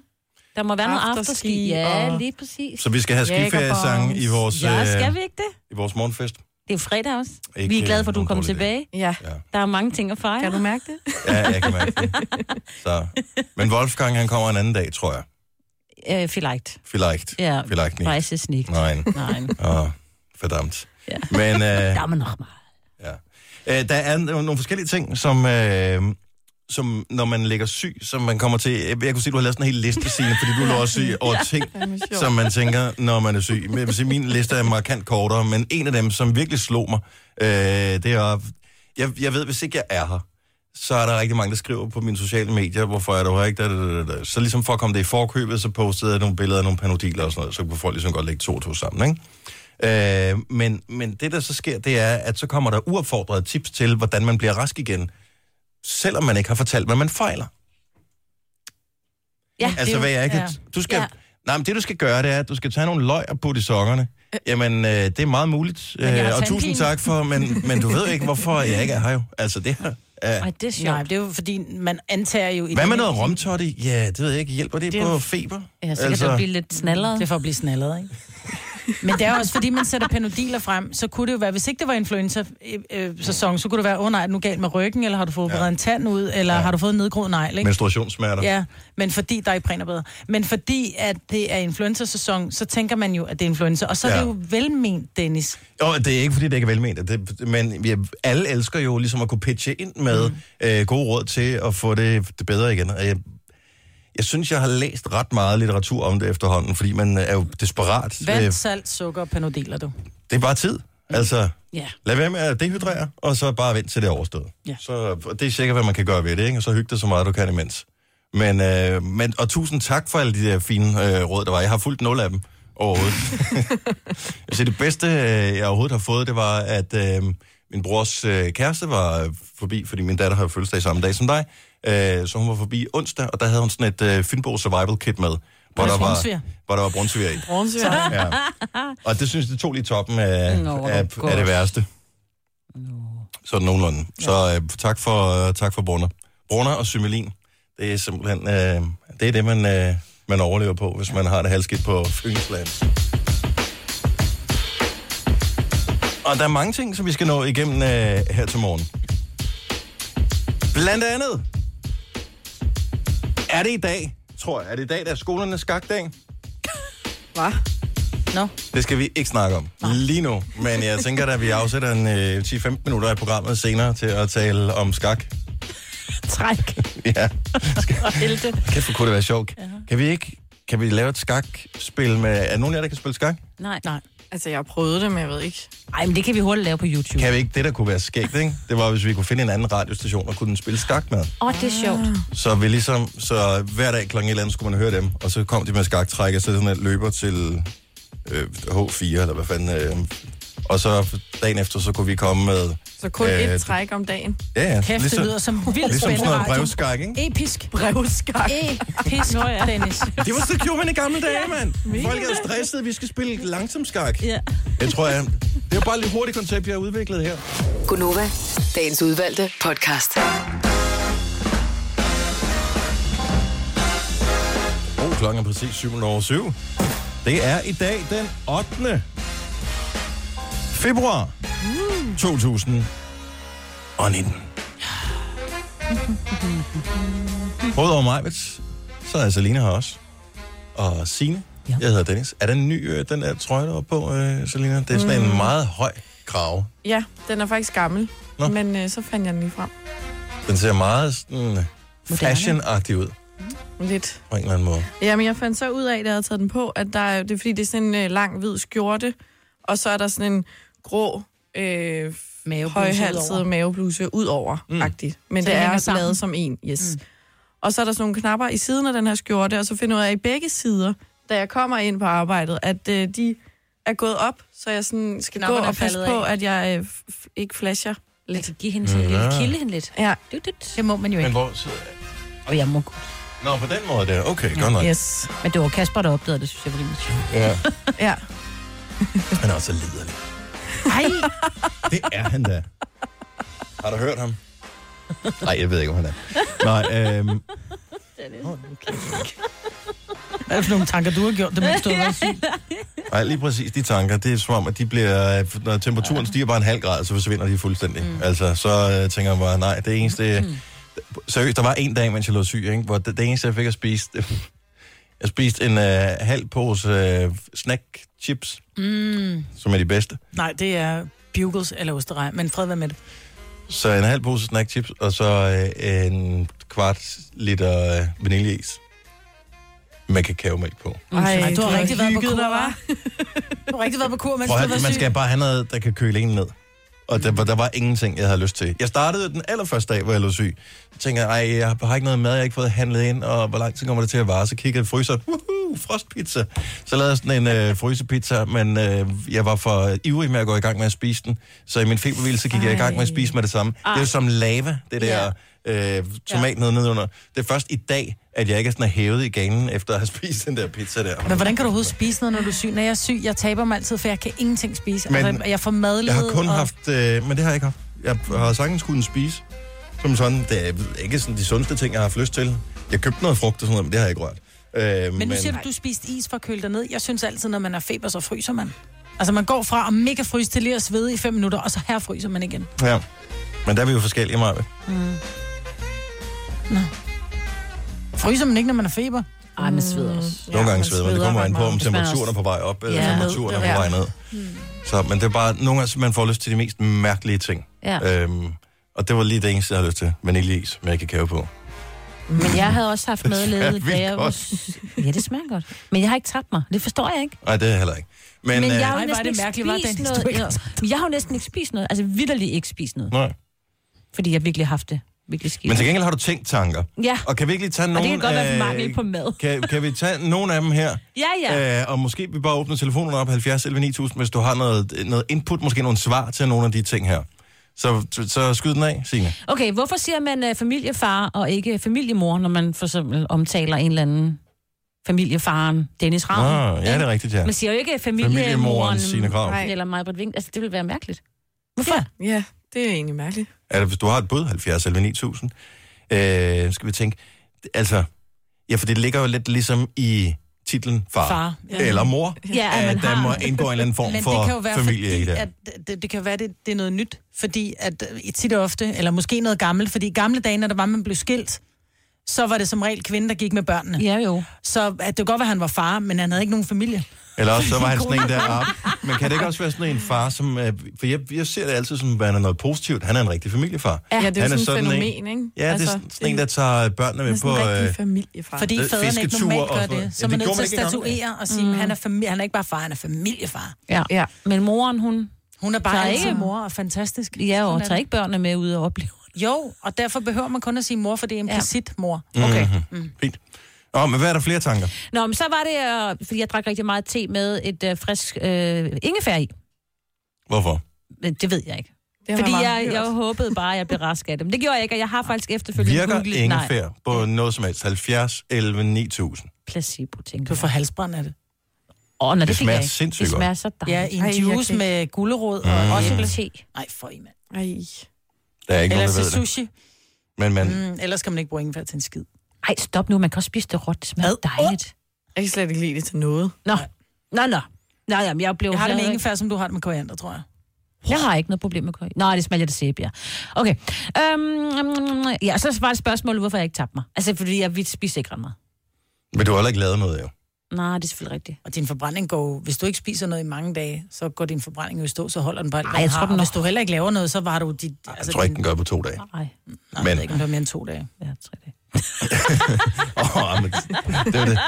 Speaker 3: Der må være noget
Speaker 4: Afterski
Speaker 3: afterski. Ja,
Speaker 4: og-
Speaker 3: lige præcis.
Speaker 1: Så vi skal have skiferiesange i vores,
Speaker 3: Ja, skal
Speaker 1: øh,
Speaker 3: vi ikke det?
Speaker 1: I vores morgenfest.
Speaker 3: Det er fredag også.
Speaker 1: Ikke,
Speaker 3: vi er glade for, at du
Speaker 1: øh,
Speaker 3: er kommet
Speaker 1: nogen
Speaker 3: tilbage.
Speaker 4: Ja.
Speaker 3: Der er mange ting at fejre. Kan du mærke det?
Speaker 1: Ja, jeg kan mærke det. Så. Men Wolfgang, han kommer en anden dag, tror jeg.
Speaker 3: Øh, vielleicht.
Speaker 1: Vielleicht.
Speaker 3: Ja,
Speaker 1: Vielleicht nicht.
Speaker 3: weiß es nicht.
Speaker 1: Nein.
Speaker 3: Nein.
Speaker 1: Åh, verdammt. Ja. Men, øh,
Speaker 3: Der er man nok meget.
Speaker 1: Øh, der er no- nogle forskellige ting, som, øh, som når man ligger syg, som man kommer til... Jeg kunne se, du har lavet sådan en hel liste, Signe, fordi du lå også syg over ting, som man tænker, når man er syg. Men jeg vil sige, min liste er markant kortere, men en af dem, som virkelig slog mig, øh, det er... Jeg, jeg ved, hvis ikke jeg er her, så er der rigtig mange, der skriver på mine sociale medier, hvorfor er du her ikke? Da, da, da, da. Så ligesom for at komme det i forkøbet, så postede jeg nogle billeder af nogle panodiler og sådan noget, så kunne folk ligesom godt lægge to og to sammen, ikke? Øh, men, men det, der så sker, det er, at så kommer der uopfordrede tips til, hvordan man bliver rask igen, selvom man ikke har fortalt, hvad man fejler.
Speaker 3: Ja,
Speaker 1: altså, hvad jeg ikke... Ja. Du skal... Ja. Nej, men det, du skal gøre, det er, at du skal tage nogle løg og putte i sokkerne. Jamen, øh, det er meget muligt.
Speaker 2: jeg har
Speaker 1: Øh, og
Speaker 2: tandpine.
Speaker 1: tusind tak for, men, men du ved ikke, hvorfor jeg ikke er her jo. Altså, det her...
Speaker 2: Ej,
Speaker 1: Øh.
Speaker 2: det er sjovt. Nej, det er jo fordi, man antager jo... i
Speaker 1: Hvad med
Speaker 2: det-
Speaker 1: noget romtotte? i? Ja, det ved jeg ikke. Hjælper det,
Speaker 2: Det
Speaker 1: det
Speaker 2: er-
Speaker 1: på feber? Altså-
Speaker 3: Ja, så kan det blive lidt snallere.
Speaker 2: Det er for at blive snalleret, ikke? Men det er jo også, fordi man sætter panodiler frem, så kunne det jo være, hvis ikke det var influenza-sæson, så kunne det være, åh oh, nej, er du galt med ryggen, eller har du fået opereret ja. en tand ud, eller ja. har du fået en nedgroet negl, ikke?
Speaker 1: Menstruationssmerter.
Speaker 2: Ja, men fordi der er ikke præner bedre. Men fordi, at det er influenza-sæson, så tænker man jo, at det er influenza. Og så ja. er
Speaker 1: Ja.
Speaker 2: det jo velment, Dennis.
Speaker 1: Jo, det er ikke, fordi det ikke er velment, og det, men vi, alle elsker jo ligesom at kunne pitche ind med mm. øh, gode råd til at få det, det bedre igen. Og jeg, jeg synes, jeg har læst ret meget litteratur om det efterhånden, fordi man er jo desperat.
Speaker 2: Vand,
Speaker 1: Øh,
Speaker 2: salt, sukker og panodiler, du.
Speaker 1: det er bare tid. Altså,
Speaker 2: Ja.
Speaker 1: lad være med at dehydrere, og så bare vent til det er overstået.
Speaker 2: Ja.
Speaker 1: Så og det er sikkert, hvad man kan gøre ved det, ikke? og så hygge dig så meget, du kan imens. Men, øh, men, og tusind tak for alle de der fine øh, råd, der var. Jeg har fulgt nul af dem overhovedet. altså, det bedste, øh, jeg overhovedet har fået, det var, at øh, min brors øh, kæreste var øh, forbi, fordi min datter har jo fødselsdag samme dag som dig. Øh, så hun var forbi onsdag, og der havde hun sådan et øh, Fynbo Survival Kit med. Hvor
Speaker 2: Med
Speaker 1: der, var,
Speaker 2: brunsviger.
Speaker 1: hvor der var brunsviger i.
Speaker 2: Brunsviger.
Speaker 1: Ja. Og det synes jeg, det tog lige toppen af,
Speaker 2: Nå, hvor
Speaker 1: af,
Speaker 2: godt.
Speaker 1: af det værste. Sådan nogenlunde. Så øh, tak for, øh, tak for brunner. Brunner og symelin, det er simpelthen øh, det, er det man, øh, man overlever på, hvis man har det halskidt på Fynsland. Og der er mange ting, som vi skal nå igennem øh, her til morgen. Blandt andet, er det i dag, tror jeg, er det i dag, der er skolernes skakdag?
Speaker 4: Hvad? Nå.
Speaker 1: Det skal vi ikke snakke om lige nu, men jeg tænker, at vi afsætter en øh, 10-15 minutter af programmet senere til at tale om skak.
Speaker 2: Træk.
Speaker 1: Ja,
Speaker 2: og helte.
Speaker 1: kæft hvor kunne det være sjovt. Kan vi ikke kan vi lave et skakspil med... Er der nogen af jer, der kan spille skak?
Speaker 3: Nej.
Speaker 2: Nej.
Speaker 4: Altså, jeg har prøvet det, men jeg ved ikke.
Speaker 3: Nej, men det kan vi hurtigt lave på YouTube.
Speaker 1: Kan vi ikke? Det, der kunne være skægt, ikke? Det var, hvis vi kunne finde en anden radiostation og kunne den spille skak med.
Speaker 3: Åh, oh, det er sjovt.
Speaker 1: Så vi ligesom... Så hver dag klokken et eller andet skulle man høre dem, og så kom de med skaktræk, og så sådan en løber til øh, H4, eller hvad fanden... Øh, og så dagen efter, så kunne vi komme med...
Speaker 4: Så kun
Speaker 1: øh,
Speaker 4: et træk om dagen.
Speaker 1: Ja, ja.
Speaker 2: Kæft, det lyder som vildt
Speaker 1: Ligesom sådan
Speaker 2: spændende
Speaker 1: noget
Speaker 2: radio.
Speaker 1: brevskak, ikke?
Speaker 2: Episk.
Speaker 4: Brevskak.
Speaker 3: E.
Speaker 2: Episk, Dennis.
Speaker 1: Det var så gjorde man i gamle dage, mand. Folk er stressede, vi skal spille langsom skak. Ja. Jeg tror, jeg... Det er bare lidt hurtigt koncept, jeg har udviklet her.
Speaker 7: Gunova, dagens udvalgte podcast.
Speaker 1: Oh, klokken er præcis 7 over 7. Det er i dag den 8. februar 2019. Udover mig, så er Selina her også. Og Signe. Ja. Jeg hedder Dennis. Er den ny, øh, den der trøje deroppe på, øh, Selina? Det er sådan mm. en
Speaker 4: Mm.
Speaker 1: meget høj krave.
Speaker 4: Ja, den er faktisk gammel.
Speaker 1: Nå.
Speaker 4: Nå. Men øh, så fandt jeg den lige frem.
Speaker 1: Den ser meget sådan
Speaker 4: Moderne.
Speaker 1: fashion-agtig ud.
Speaker 4: lidt.
Speaker 1: på en eller anden måde.
Speaker 4: Jamen, jeg fandt så ud af, da jeg havde taget den på, at der, er- det er fordi, det er sådan en øh, lang, hvid skjorte, og så er der sådan en grå, øh, højhalset
Speaker 3: udover.
Speaker 4: mavebluse ud over mm. Men
Speaker 3: Så
Speaker 4: det
Speaker 3: det hænger
Speaker 4: er
Speaker 3: sammen.
Speaker 4: lavet som en, yes. Mm. Og så er der sådan nogle knapper i siden af den her skjorte, og så finder jeg ud af i begge sider, da jeg kommer ind på arbejdet, at øh, de er gået op, så jeg sådan skal gå
Speaker 3: Knapperne er
Speaker 4: og passe
Speaker 3: faldet
Speaker 4: på,
Speaker 3: af.
Speaker 4: at jeg øh, f- ikke flasher lidt.
Speaker 3: Give hende
Speaker 1: til- Ja. kilde
Speaker 3: hende lidt.
Speaker 4: Ja.
Speaker 3: Det må man jo
Speaker 1: Men
Speaker 3: ikke.
Speaker 1: hvor sidder
Speaker 3: Og jeg må
Speaker 1: Nå, på den måde der. Okay, godt nok.
Speaker 4: Yes.
Speaker 3: Men det var Kasper, der opdagede det, synes jeg var lidt sjovt.
Speaker 1: Ja.
Speaker 4: Ja.
Speaker 1: Han er også liderlig.
Speaker 3: Ej,
Speaker 1: Det er han da. Har du hørt ham? Nej, jeg ved ikke, om han er. Nej, øhm,
Speaker 2: Hvad er det for nogle tanker, du har gjort? Det må ikke stå være syg.
Speaker 1: nej, lige præcis de tanker. Det er som om, at de bliver, når temperaturen stiger bare en halv grad, så forsvinder de fuldstændig. Mm. Altså, så øh, tænker jeg bare, nej, det eneste... Mm. Seriøst, der var en dag, mens jeg lå syg, ikke, hvor det, det eneste, jeg fik at spise... det- jeg spiste en øh, halv pose øh, snack chips,
Speaker 2: Mm.
Speaker 1: som er de bedste.
Speaker 2: Nej, det er bugles eller osterej, men fred være med det.
Speaker 1: Så en halv pose snackchips, og så øh, en kvart liter øh, vaniljeis med kakaomælk på.
Speaker 2: Ej, du har rigtig været på kur,
Speaker 4: der var.
Speaker 2: Du har rigtig været på kur, mens du
Speaker 1: Prøv
Speaker 2: har
Speaker 1: at, høre,
Speaker 2: været
Speaker 1: man
Speaker 2: syg.
Speaker 1: skal bare have noget, der kan køle en ned. Og der, var- der var ingenting, jeg havde lyst til. Jeg startede den allerførste dag, hvor jeg lå syg. Så tænkte jeg, ej, jeg har ikke noget mad, jeg har ikke fået handlet ind, og hvor lang tid kommer det til at vare? Så kiggede jeg i fryseren, Woohoo, frostpizza. Så lavede jeg sådan en øh, frysepizza, men øh, jeg var for ivrig med at gå i gang med at spise den. Så i min febervilde, så gik ej. jeg i gang med at spise med det samme. Ej. Det er
Speaker 2: Ah.
Speaker 1: jo som lava, det der øh, tomat nede nedenunder. Det er først i dag, at jeg ikke er sådan hævet i ganen, efter at have spist den der pizza der.
Speaker 2: Men hvordan kan du overhovedet spise noget, når du er syg? Når jeg er syg, jeg taber mig altid, for jeg kan ingenting spise.
Speaker 1: Men-
Speaker 2: Men, altså, jeg får madlede.
Speaker 1: Jeg har kun
Speaker 2: og...
Speaker 1: haft, øh, men det har jeg ikke haft. Jeg har sagtens kunnet spise, som sådan. Det er ikke sådan de sundeste ting, jeg har haft lyst til. Jeg købte noget frugt og sådan noget, men det har jeg ikke rørt. Øh,
Speaker 2: Men nu siger du, du spiste is for at køle dig ned. Jeg synes altid, når man er feber, så fryser man. Altså, man går fra at mega fryse til lige at svede i fem minutter, og så her fryser man igen.
Speaker 1: Ja, men der er vi jo forskellige, Maja.
Speaker 2: Mm. Nå. Fryser man ikke, når man er feber?
Speaker 3: Ej, man sveder også.
Speaker 1: Nogle gange sveder man. Det kommer an på, om
Speaker 2: meget.
Speaker 1: temperaturen er på vej op, eller
Speaker 3: Ja.
Speaker 1: temperaturen er på
Speaker 3: Ja.
Speaker 1: vej ned. Så, men det er bare, nogle gange så man får lyst til de mest mærkelige ting.
Speaker 3: Ja.
Speaker 1: Øhm, og det var lige det eneste, jeg havde lyst til. Vaniljeis med kakao på.
Speaker 3: Men jeg havde også haft
Speaker 1: Det smager
Speaker 3: madlede,
Speaker 1: vildt
Speaker 3: da jeg var...
Speaker 1: godt.
Speaker 3: s- Ja, det smager godt. Men jeg har ikke tabt mig. Det forstår jeg ikke.
Speaker 1: Nej, det er jeg heller ikke. Men,
Speaker 3: Men,
Speaker 1: øh,
Speaker 3: jeg
Speaker 2: Ej,
Speaker 3: har
Speaker 2: hvor
Speaker 3: jo
Speaker 2: er
Speaker 3: næsten
Speaker 2: det
Speaker 3: ikke
Speaker 2: mærkeligt, hva',
Speaker 3: spist
Speaker 2: Dennis,
Speaker 3: noget.
Speaker 2: du ikke har
Speaker 3: Jeg, jeg har jo næsten ikke spist noget. Altså, vidderligt ikke spist noget.
Speaker 1: øh, nej.
Speaker 3: Fordi jeg virkelig har haft det. Virkelig skidt.
Speaker 1: Men til gengæld har du tænkt tanker.
Speaker 3: Ja.
Speaker 1: Og kan vi ikke lige tage
Speaker 3: Og det
Speaker 1: nogle...
Speaker 3: kan godt være
Speaker 1: øh,
Speaker 3: for mangel på mad.
Speaker 1: Kan, kan vi tage nogle af dem her?
Speaker 3: Ja, ja.
Speaker 1: Øh, og måske vi bare åbner telefonen op 70 11 9000, hvis du har noget, noget input, måske nogle svar til nogle af de ting her. Så, så skyd den af, Signe.
Speaker 3: Okay, hvorfor siger man øh, familiefar og ikke familiemor, når man for eksempel omtaler en eller anden familiefaren, Dennis Ravn?
Speaker 1: Nå, Ah, ja, det er rigtigt, ja.
Speaker 3: Man siger jo ikke
Speaker 1: Familiemoren
Speaker 3: familiemoren
Speaker 1: Signe Krav.
Speaker 3: Nej. eller Majbert Vink. Altså, det ville være mærkeligt.
Speaker 4: Hvorfor? Ja, ja, det er egentlig mærkeligt.
Speaker 1: Altså, hvis du har et bud, 70 11 9000, øh, skal vi tænke, altså, ja, for det ligger jo lidt ligesom i titlen far,
Speaker 2: Far, ja.
Speaker 1: eller mor,
Speaker 2: Ja, at man
Speaker 1: at der
Speaker 2: har-
Speaker 1: må indgå en eller anden form
Speaker 2: Men
Speaker 1: for
Speaker 2: det kan jo være,
Speaker 1: familie
Speaker 2: fordi,
Speaker 1: i det.
Speaker 2: At, det, det kan jo være, det, det er noget nyt, fordi at øh, tit og ofte, eller måske noget gammelt, fordi i gamle dage, når der var, man blev skilt, så var det som regel kvinden, der gik med børnene.
Speaker 3: Ja, jo.
Speaker 2: Så at det kan godt være, han var far, men han havde ikke nogen familie.
Speaker 1: Eller også, så var han sådan en der op. Men kan det ikke også være sådan en far, som... øh, For jeg, jeg ser det altid som værende noget positivt. Han er en rigtig familiefar.
Speaker 4: Ja, det er jo
Speaker 1: han
Speaker 4: sådan et
Speaker 1: en-
Speaker 4: fænomen, ikke?
Speaker 1: Ja, altså, det er
Speaker 4: Altså,
Speaker 1: sådan sådan en, der tager børnene med
Speaker 4: Næsten
Speaker 1: på...
Speaker 4: rigtig
Speaker 1: øh,
Speaker 4: familiefar.
Speaker 2: Fordi
Speaker 1: Det-
Speaker 2: fædrene ikke
Speaker 1: fisketure
Speaker 2: normalt
Speaker 1: og
Speaker 2: gør
Speaker 1: sådan noget.
Speaker 2: det. Så
Speaker 1: Ja,
Speaker 2: ja,
Speaker 1: det
Speaker 2: man er
Speaker 1: gjorde
Speaker 2: nødt til
Speaker 1: man
Speaker 2: at
Speaker 1: ikke engang.
Speaker 2: statuere og sige, mm. han, er fami- han er ikke bare far, han er familiefar.
Speaker 3: Ja.
Speaker 4: ja.
Speaker 3: Men moren, hun...
Speaker 2: Hun er bare
Speaker 3: Tager
Speaker 2: altid
Speaker 3: ikke-
Speaker 2: mor og fantastisk.
Speaker 3: Ja,
Speaker 2: Sådan er
Speaker 3: og
Speaker 2: det.
Speaker 3: tager ikke børnene med ud og oplever.
Speaker 2: Jo, og derfor behøver man kun at sige mor, for det er implicit ja. mor.
Speaker 1: Okay. Mm-hmm. Fint. Nå, men hvad er der flere tanker?
Speaker 3: Nå, men så var det, øh, fordi jeg drak rigtig meget te med et øh, frisk øh, ingefær i.
Speaker 1: Hvorfor?
Speaker 3: Men Det ved jeg ikke.
Speaker 4: har
Speaker 3: Fordi
Speaker 4: jeg
Speaker 3: jeg,
Speaker 4: hørt.
Speaker 3: jeg håbede bare, at jeg blev rask af det. Men det gjorde jeg ikke, og jeg har faktisk efterfølgende
Speaker 1: Virker
Speaker 3: googlet-
Speaker 1: ingefær
Speaker 3: Nej,
Speaker 1: på noget som helst? 70, 11, 9000.
Speaker 3: placebo, tænker
Speaker 2: Du får halsbrand af det.
Speaker 3: Åh, nej, det,
Speaker 1: Det
Speaker 3: fik jeg
Speaker 1: smager
Speaker 3: ikke.
Speaker 1: sindssygt
Speaker 3: Det
Speaker 1: godt.
Speaker 3: smager så dejligt.
Speaker 2: Ja, i en juice med gulerod og
Speaker 1: Mm.
Speaker 2: mm. også
Speaker 3: te.
Speaker 2: Nej, for i mand.
Speaker 4: Ej.
Speaker 1: Der er ikke
Speaker 2: Eller
Speaker 1: nogen, der
Speaker 2: til
Speaker 1: ved det.
Speaker 2: sushi.
Speaker 1: Men, men
Speaker 2: Mm, ellers skal man ikke bruge ingefær til en skid.
Speaker 3: Ej, stop nu, man kan også spise det råt. Det smager dejligt.
Speaker 4: Jeg kan slet ikke lide det til noget.
Speaker 3: Nå, nå, nå. Nå, jamen, jeg blev
Speaker 2: Jeg har det med ingefær, som du har det med koriander, tror jeg.
Speaker 3: Jeg har ikke noget problem med koriander. Nej, det smager lidt af sæbe, ja. Okay. Øhm, ja, så var det spørgsmålet, hvorfor jeg ikke tabte mig. Altså, fordi jeg vidt spiser ikke ret meget.
Speaker 1: men du har heller ikke lavet noget, jo.
Speaker 3: Nej, det er selvfølgelig rigtigt.
Speaker 2: Og din forbrænding går jo- hvis du ikke spiser noget i mange dage, så går din forbrænding jo i stå, så holder den bare alt,
Speaker 3: Ej,
Speaker 2: hvad
Speaker 3: jeg
Speaker 2: den
Speaker 3: tror,
Speaker 2: har.
Speaker 3: den
Speaker 2: Og
Speaker 3: er-
Speaker 2: hvis du heller ikke laver noget, så var du dit...
Speaker 1: Jeg tror ikke, den gør på to dage.
Speaker 3: Nej,
Speaker 2: Altså, Nej,
Speaker 1: Men-
Speaker 2: jeg ved ikke, om det var mere end to dage.
Speaker 3: jeg tror det.
Speaker 1: Åh, men det var det.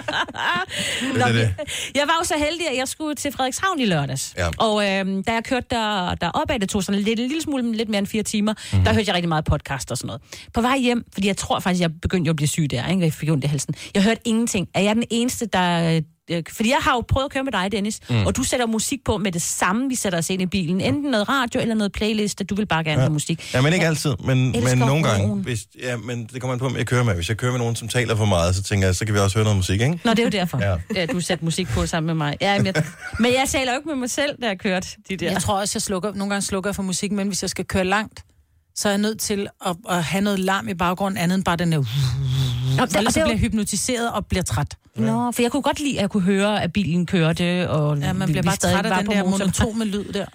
Speaker 3: Nå,
Speaker 1: det.
Speaker 3: men Jeg var jo så heldig, at jeg skulle til Frederikshavn i lørdags.
Speaker 1: Ja.
Speaker 3: Og øh, da jeg kørte der, deropad, det tog sådan lidt, en lille smule, men lidt mere end fire timer,
Speaker 1: Mhm.
Speaker 3: mm-hmm. der hørte jeg rigtig meget podcast og sådan noget. På vej hjem, fordi jeg tror faktisk, jeg begyndte jo at blive syg der, ikke? jeg fik ondt i halsen. Jeg hørte ingenting. Er jeg den eneste, der... øh, Fordi jeg har jo prøvet at køre med dig, Dennis, mm.
Speaker 12: Mm.
Speaker 3: og du sætter musik på med det samme, vi sætter os ind i bilen. Enten noget radio eller noget playlist, du vil bare gerne ja. have musik.
Speaker 1: Ja, men ikke altid, men,
Speaker 3: elsker
Speaker 1: men nogle gange.
Speaker 3: roen.
Speaker 1: Hvis, ja, men det kommer an på, om jeg kører med. Hvis jeg kører med nogen, som taler for meget, så tænker jeg, så kan vi også høre noget musik, ikke?
Speaker 3: Nå, det er jo derfor,
Speaker 1: Ja.
Speaker 3: ja. at du satte musik på sammen med mig. Ja, men, jeg, men jeg taler jo ikke med mig selv, da jeg kørte de der.
Speaker 12: Jeg tror også, jeg slukker, nogle gange slukker jeg for musikken, men hvis jeg skal køre langt, så er jeg nødt til at, at have noget larm i baggrunden, andet end bare den der...
Speaker 3: og
Speaker 12: Så ellers så
Speaker 3: det er jo- Øh,
Speaker 12: bliver jeg hypnotiseret og bliver træt.
Speaker 3: Nå, for jeg kunne godt lide, at jeg kunne høre, at bilen kørte, og
Speaker 12: Ja, man
Speaker 3: vi-
Speaker 12: bliver
Speaker 3: vi
Speaker 12: bare
Speaker 3: stadig
Speaker 12: træt af
Speaker 3: var
Speaker 12: den
Speaker 3: på
Speaker 12: der
Speaker 3: motorvejen.
Speaker 12: monotone Altså, lyd der.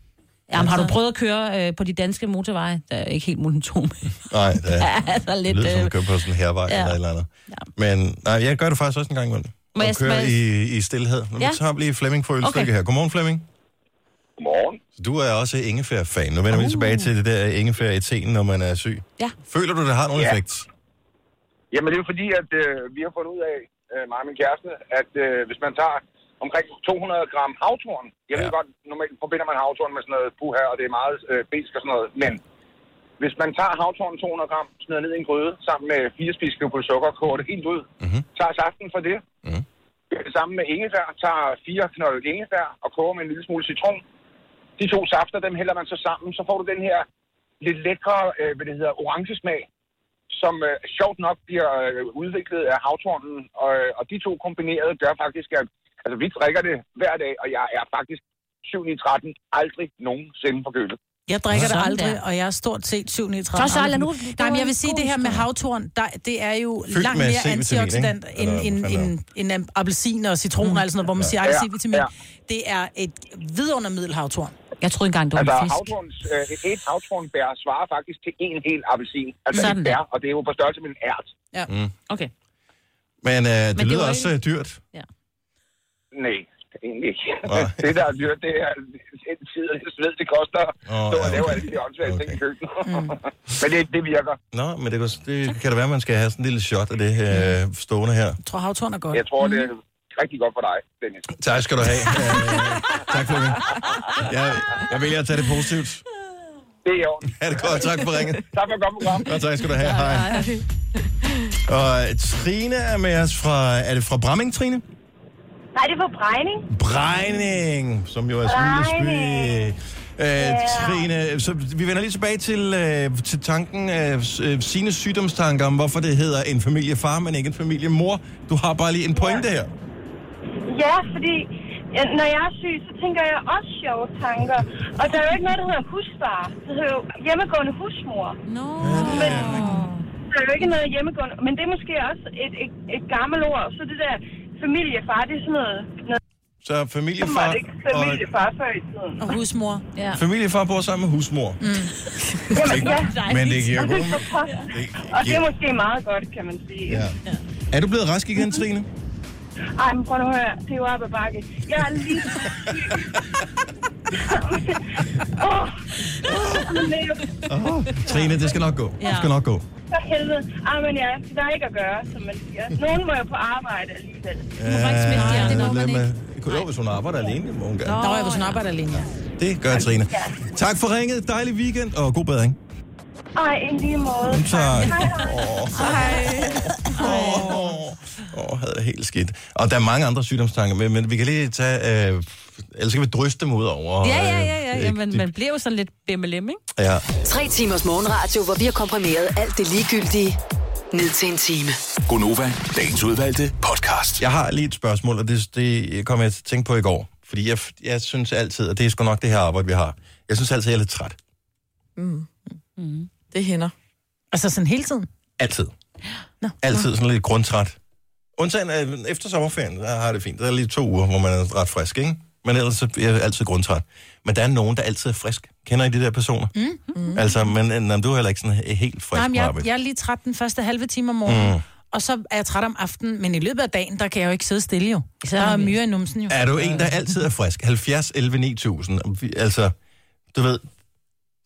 Speaker 3: Jamen, har du prøvet at køre øh, på de danske motorveje? Der er ikke helt monotone.
Speaker 1: Nej, det er,
Speaker 3: Ja, altså lidt,
Speaker 1: lyder som
Speaker 3: øh,
Speaker 1: at køre på sådan en hervej
Speaker 3: ja.
Speaker 1: ja. eller et eller andet. Ja. Men nej, jeg gør det faktisk også en gang imellem.
Speaker 3: Må
Speaker 1: Må jeg
Speaker 3: jeg- må
Speaker 1: kører
Speaker 3: jeg-
Speaker 1: i, i stillhed. Nu
Speaker 3: Ja.
Speaker 1: ja. tager vi lige Flemming for ølstykke
Speaker 3: Okay.
Speaker 1: okay. her. Godmorgen, Flemming. Godmorgen. Du er også ingefær-fan. Nu vender
Speaker 3: Uh.
Speaker 1: vi lige tilbage til det der ingefær i teen, når man er syg.
Speaker 3: Ja.
Speaker 1: Føler du, det har nogen
Speaker 13: Ja.
Speaker 1: ja. effekt?
Speaker 13: Jamen det er jo fordi, at øh, vi har fundet ud af, øh, mig og min kæreste, at øh, hvis man tager omkring 200 gram havtorn, jeg ved godt, normalt forbinder man havtorn med sådan noget puha, og det er meget øh, besk og sådan noget, men hvis man tager havtorn 200 gram, smider ned i en gryde, sammen med fire spiskefulde sukker, koger det helt ud, mm-hmm. tager saften for det, mm-hmm. sammen med ingefær, tager fire knold ingefær og koger med en lille smule citron. De to safter, dem hælder man så sammen, så får du den her lidt lækre, øh, hvad det hedder, orange smag, som øh, sjovt nok bliver øh, udviklet af havtornen, og, og de to kombineret gør faktisk, at altså, vi drikker det hver dag, og jeg er faktisk 7 i 13 aldrig nogensinde forkølet.
Speaker 12: Jeg drikker det
Speaker 13: Sådan
Speaker 12: aldrig,
Speaker 13: der.
Speaker 12: og jeg er stort set 7 9
Speaker 13: Så, så, lad nu-
Speaker 12: Nej,
Speaker 13: det var
Speaker 12: men jeg
Speaker 13: en
Speaker 12: vil sige,
Speaker 13: god
Speaker 12: det her med
Speaker 13: historie.
Speaker 12: havtorn, der, det er jo
Speaker 13: Fyldt
Speaker 12: langt
Speaker 13: med
Speaker 12: mere
Speaker 13: C-vitamin, ikke?
Speaker 12: antioxidant end,
Speaker 13: Eller hvad
Speaker 12: end,
Speaker 13: fanden
Speaker 12: end, end am- appelsiner og citroner mm. og sådan noget, hvor man
Speaker 13: Ja.
Speaker 12: siger, at
Speaker 13: Ja,
Speaker 12: C-vitamin,
Speaker 13: ja.
Speaker 12: det er et vidundermiddel havtorn.
Speaker 3: Jeg troede engang, det var
Speaker 13: Altså,
Speaker 12: en fisk.
Speaker 13: havtorns, øh, et havtornbær svarer faktisk til en hel appelsin. Altså
Speaker 12: Sådan
Speaker 13: et
Speaker 12: der.
Speaker 13: bær, og det er jo på størrelse med en ært.
Speaker 12: Ja.
Speaker 1: Mm.
Speaker 3: Okay.
Speaker 1: Men, øh, det,
Speaker 13: det
Speaker 1: Men lyder
Speaker 13: var
Speaker 1: det også
Speaker 13: ikke-
Speaker 1: øh, dyrt.
Speaker 13: Nej, egentlig ikke. det, der er dyrt, det er en tid, og jeg ved, det koster oh,
Speaker 1: Åh,
Speaker 13: at
Speaker 1: ja,
Speaker 13: lave
Speaker 1: okay.
Speaker 13: alle de åndssvage ting i køkkenet.
Speaker 12: Mm.
Speaker 13: Men det, det virker.
Speaker 1: Nå, men det, kan, det kan da være, at man skal have sådan en lille shot af det øh, stående her.
Speaker 12: Jeg tror, havtorn er godt. Mm.
Speaker 13: Jeg tror, det er rigtig godt for dig, Dennis.
Speaker 1: Tak skal du have. øh, tak, Flemming. Jeg, jeg vælger at tage det positivt.
Speaker 13: Det er i orden.
Speaker 1: Ha' det godt. Tak for ringet.
Speaker 13: Tak for at komme program.
Speaker 1: Godt, tak skal du have. Hej. Og øh, Trine er med os fra... Er det fra Bramming, Trine?
Speaker 14: Nej, det var bregning.
Speaker 1: Brejning, som jo er Smilesby. Øh, Trine, så vi vender lige tilbage til, øh, til tanken af øh, sine sygdomstanker om, hvorfor det hedder en familiefar, men ikke en familiemor. Du har bare lige en pointe her.
Speaker 14: Ja, fordi ja, når jeg er syg, så tænker jeg også sjove tanker. Og der er jo ikke noget, der hedder husfar. Det hedder jo hjemmegående husmor.
Speaker 3: No.
Speaker 14: Men, der er jo ikke noget hjemmegående. Men det er måske også et, et, et gammelt ord. Så det der familiefar, det er sådan noget... noget
Speaker 1: Så
Speaker 14: som var
Speaker 1: familiefar,
Speaker 14: det ikke familiefar før i tiden.
Speaker 12: Og husmor. Mm.
Speaker 14: Ja.
Speaker 1: og, familiefar bor sammen med husmor.
Speaker 14: Jamen, ja.
Speaker 1: Men det giver
Speaker 14: Og
Speaker 1: god
Speaker 14: er for pokker. Og det er måske meget godt, kan man sige.
Speaker 1: Ja. Er du blevet rask igen, Trine?
Speaker 14: Ej, men prøv nu at høre. Det er jo op ad bakke. Jeg er lige... Åh,
Speaker 1: Oh, Trine, det skal nok gå. Det skal nok gå.
Speaker 14: for helvede. Ej, men ja, det er ikke at gøre, som man siger. Nogen må jo på arbejde alligevel.
Speaker 1: Ja, det må man ikke. Jo, hvis hun arbejder alene, må hun gerne.
Speaker 12: Nå, jeg var sådan arbejder alene. ja.
Speaker 1: Det gør Trine. Tak for ringet. Dejlig weekend og god bedring.
Speaker 14: Ej, i lige måde.
Speaker 1: Tak.
Speaker 14: Hej.
Speaker 1: Åh, havde det helt skidt. Og der er mange andre sygdomstanker, men, men vi kan lige tage... Øh, ellers kan vi dryste dem ud over...
Speaker 3: Ja, ja,
Speaker 1: øh,
Speaker 3: ja, ja.
Speaker 1: ikke
Speaker 3: Jamen,
Speaker 1: de-
Speaker 3: man bliver jo sådan lidt bimmelim, ikke?
Speaker 1: ja.
Speaker 7: Tre timers morgenradio, hvor vi har komprimeret alt det ligegyldige ned til en time.
Speaker 8: Gonova, dagens udvalgte podcast.
Speaker 1: Jeg har lige et spørgsmål, og det, det kom jeg til at tænke på i går. Fordi jeg, jeg synes altid, og det er sgu nok det her arbejde, vi har. Jeg synes altid, jeg er lidt træt.
Speaker 4: Mm. Mm. Det hænder.
Speaker 12: Altså sådan hele tiden?
Speaker 1: Altid. No. Altid sådan lidt grundtræt. Undtagen øh, efter sommerferien, der har jeg det fint. Der er lige to uger, hvor man er ret frisk, ikke? Men ellers så er jeg altid grundtræt. Men der er nogen, der altid er frisk. Kender I de der personer? Mm. Altså, men øh, nå, men du er heller ikke sådan he- helt frisk
Speaker 12: Nej, men
Speaker 1: på
Speaker 12: jeg,
Speaker 1: arbejde.
Speaker 12: jeg er lige træt den første halve time om morgenen.
Speaker 1: Mm.
Speaker 12: Mm. Og så er jeg træt om aftenen, men i løbet af dagen, der kan jeg jo ikke sidde stille jo. Der er myre i numsen jo.
Speaker 1: Er du en, der altid er frisk? 70, 11, 9000. Og vi- Altså, du ved,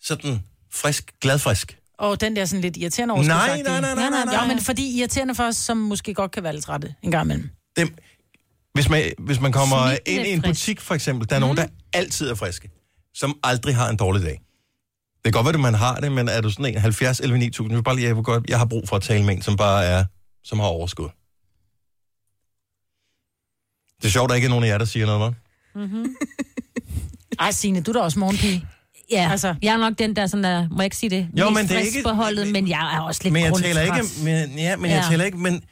Speaker 1: sådan frisk, gladfrisk.
Speaker 12: Og den der sådan lidt irriterende overskudsagtige. Jo, men fordi irriterende for os, som måske godt kan være lidt trætte en gang imellem.
Speaker 1: Dem, hvis, man, hvis man kommer
Speaker 12: Snitten
Speaker 1: ind
Speaker 12: er
Speaker 1: i en
Speaker 12: frisk. Mm.
Speaker 1: butik, for eksempel, der er nogen, der altid er friske, som aldrig har en dårlig dag. Det kan godt være, at man har det, men er du sådan en 70, 11, 9000, jeg vil bare lige, jeg, vil godt, jeg har brug for at tale med en, som bare er, som har overskud. Det er sjovt, der ikke er nogen af jer, der siger noget, hva'?
Speaker 3: Mm-hmm.
Speaker 12: Ej, Signe, du er da også morgenpige.
Speaker 3: Ja, altså. jeg er nok den der, sådan der, må jeg ikke sige det,
Speaker 1: Jo,
Speaker 3: mest
Speaker 1: men det er
Speaker 3: frisk
Speaker 1: ikke-
Speaker 3: på holdet, men jeg er også lidt
Speaker 1: men jeg
Speaker 3: grundtræt.
Speaker 1: taler ikke, men, ja, men ja. jeg
Speaker 3: Ja.
Speaker 1: taler ikke, men,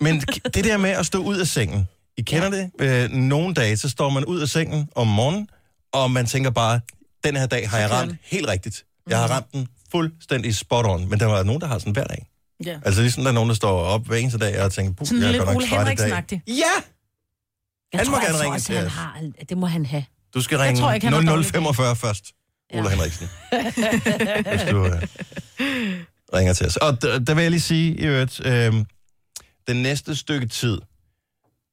Speaker 1: men det der med at stå ud af sengen, I kender det, øh, nogle dage, så står man ud af sengen om morgenen, og man tænker bare, den her dag har jeg ramt helt rigtigt. Jeg
Speaker 3: Mm.
Speaker 1: har ramt den fuldstændig spot on, men der var nogen, der har sådan hver dag.
Speaker 12: Ja.
Speaker 1: Altså ligesom der er nogen, der står op hver eneste dag og tænker, puh,
Speaker 12: Sådan en
Speaker 1: jeg er
Speaker 12: lille
Speaker 1: godt nok
Speaker 12: Ole
Speaker 1: træt i dag.
Speaker 12: Henriksen-agtig.
Speaker 1: Ja!
Speaker 3: Jeg
Speaker 1: Han
Speaker 3: tror
Speaker 1: må
Speaker 3: altså
Speaker 1: gerne ringe
Speaker 3: også,
Speaker 1: til
Speaker 3: han
Speaker 1: os.
Speaker 3: har, det må han have.
Speaker 1: Du skal
Speaker 3: Jeg tror ikke, han har
Speaker 1: ringe
Speaker 3: dårlig
Speaker 1: 0045 først, Ole Henriksen. hvis du øh, ringer til os. Og d- der vil jeg lige sige, i øvrigt, øh, den næste stykke tid,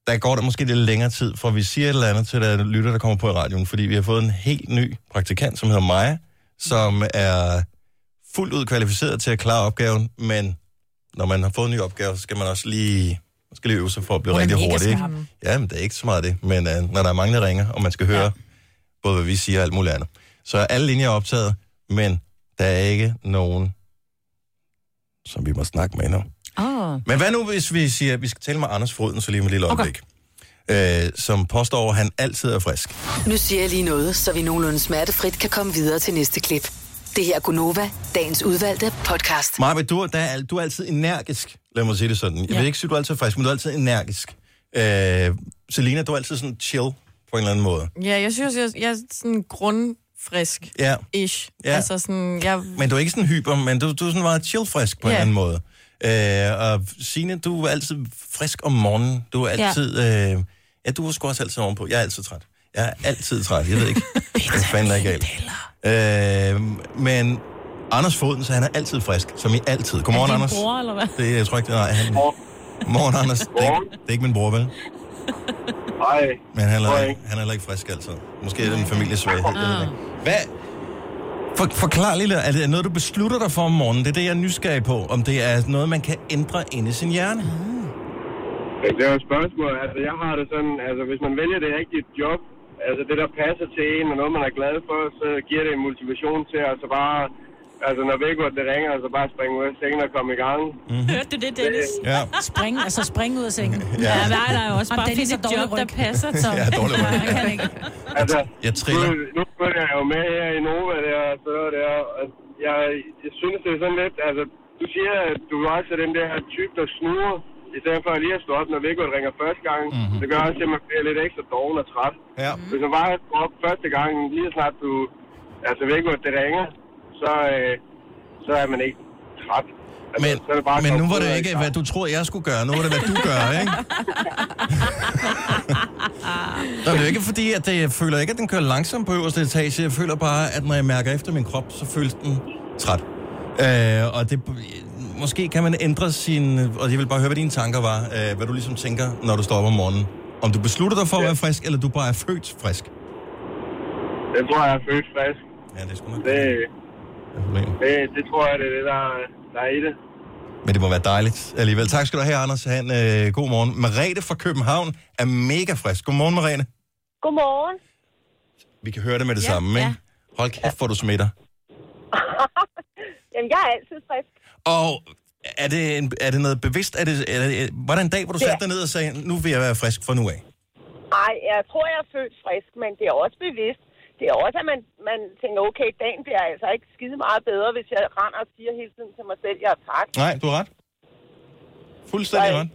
Speaker 1: der går der måske lidt længere tid, for vi siger et eller andet til der lytter, der kommer på i radioen, fordi vi har fået en helt ny praktikant, som hedder Maja, som er fuldt ud kvalificeret til at klare opgaven, men når man har fået en ny opgave, så skal man også lige, man skal lige øve sig for at blive
Speaker 15: Hun er
Speaker 1: rigtig
Speaker 15: mega
Speaker 1: hurtig. Ikke?
Speaker 15: skarp.
Speaker 1: Ja, men det er ikke så meget det, men øh, når der er mange, der ringer, og man skal høre ja. både, hvad vi siger og alt muligt andet. Så alle linjer er optaget, men der er ikke nogen, som vi må snakke med endnu.
Speaker 3: Åh.
Speaker 1: Men hvad nu, hvis vi siger, at vi skal tale med Anders Froden, så lige med et lille øjeblik, okay. øh, som påstår, at han altid er frisk.
Speaker 7: Nu siger jeg lige noget, så vi nogenlunde smertefrit kan komme videre til næste klip. Det her er Gunova, dagens udvalgte podcast.
Speaker 1: Maja, du, er- der er, al- du er altid energisk, lad mig sige det sådan. Jeg ja. vil ikke sige, du er altid er frisk, men du er altid energisk. Øh, Selina, du er altid sådan chill på en eller anden måde.
Speaker 4: Ja, jeg synes, jeg, jeg er sådan grundfrisk.
Speaker 1: Ja.
Speaker 4: Ish.
Speaker 1: Ja.
Speaker 4: Altså sådan, jeg...
Speaker 1: Men du er ikke sådan hyper, men du, du er sådan meget chill-frisk på ja. en
Speaker 4: Ja.
Speaker 1: anden måde. Øh, og Signe, du er altid frisk om morgenen. Du er
Speaker 4: Ja.
Speaker 1: altid... Ja, øh, ja du er sgu også altid ovenpå. Jeg er altid træt. Jeg er altid træt. Jeg ved ikke, hvad fanden der er galt. Øh, men Anders Foden, så han er altid frisk, som i altid. Godmorgen,
Speaker 3: er det
Speaker 1: Anders.
Speaker 3: din bror, eller hvad?
Speaker 1: Det, jeg tror ikke, det er nej. Han... Morgen, Anders. Det er, ikke, det er ikke min bror, vel?
Speaker 13: Nej.
Speaker 1: Men han er, heller ikke- han er heller ikke frisk altid. Måske er det en familiesvaghed. jeg ved det ikke. Hvad? For, forklar lige, lidt. er det noget, du beslutter dig for om morgenen? Det er det, jeg er nysgerrig på. Om det er noget, man kan ændre inde i sin hjerne.
Speaker 16: Det er jo et spørgsmål. Altså, jeg har det sådan, altså, hvis man vælger det rigtige job, altså det, der passer til en, og noget, man er glad for, så giver det en motivation til, altså bare, altså når vækkortene ringer, altså bare springe ud af sengen og komme i gang.
Speaker 1: Mhm.
Speaker 3: Hørte du det, Dennis?
Speaker 1: Ja.
Speaker 12: Spring, altså spring ud af sengen.
Speaker 1: Ja. Ja,
Speaker 3: nej, nej, også bare
Speaker 12: Dennis
Speaker 3: finde
Speaker 12: har
Speaker 3: et
Speaker 12: dårlig
Speaker 3: job, der
Speaker 12: ryg.
Speaker 3: passer, Tom.
Speaker 1: Jeg er dårlig ryg.
Speaker 12: Nej, kan ikke.
Speaker 16: Altså,
Speaker 1: Jeg triller.
Speaker 16: Nu, nu følger jeg jo med her i Nova der, og så der, og altså, jeg, jeg synes, det er sådan lidt, altså, du siger, at du er også den der type, der snuger, i stedet for lige at stå op, når vækket ringer første gang.
Speaker 1: Mhm.
Speaker 16: Mm-hmm. Det gør også, at man bliver lidt ekstra doven og træt.
Speaker 1: Ja.
Speaker 16: Mm-hmm. Hvis man bare står op første gang, lige så snart du, altså vækket det ringer, så, øh, så er man ikke træt. Altså,
Speaker 1: Men,
Speaker 16: så er det bare at
Speaker 1: men
Speaker 16: komme
Speaker 1: nu var
Speaker 16: ud
Speaker 1: det jo
Speaker 16: og i
Speaker 1: ikke,
Speaker 16: gang.
Speaker 1: hvad du tror, jeg skulle gøre. Nu var det, hvad du gør, ikke? Nå, det er jo ikke fordi, at det, jeg føler ikke, at den kører langsomt på øverste etage. Jeg føler bare, at når jeg mærker efter min krop, så føles den træt. Øh, og det, måske kan man ændre sin... Og jeg vil bare høre, hvad dine tanker var. Øh, hvad du ligesom tænker, når du står op om morgenen. Om du beslutter dig for at være frisk, eller du bare er født frisk.
Speaker 16: Jeg tror, jeg er født frisk.
Speaker 1: Ja, det er sgu nok.
Speaker 16: Det,
Speaker 1: problem.
Speaker 16: det, det tror jeg, det er det, der, der er i det.
Speaker 1: Men det må være dejligt alligevel. Tak skal du have, Anders. Han, øh, god morgen. Merete fra København er mega frisk. Godmorgen, Merete.
Speaker 14: Godmorgen.
Speaker 1: Vi kan høre det med det ja, samme, ikke? Hold kæft, hvor du smitter.
Speaker 14: Jamen, jeg er altid frisk.
Speaker 1: Og er det, en, er det noget bevidst? Er det, er det, var der en dag, hvor du
Speaker 14: Ja.
Speaker 1: satte dig ned og sagde, nu vil jeg være frisk fra nu af?
Speaker 14: Nej, jeg tror, jeg er født frisk, men det er også bevidst. Det er også, at man, man tænker, okay, dagen bliver altså ikke skide meget bedre, hvis jeg render og siger hele tiden til mig selv, jeg er træt.
Speaker 1: Nej, du har ret. Fuldstændig ret.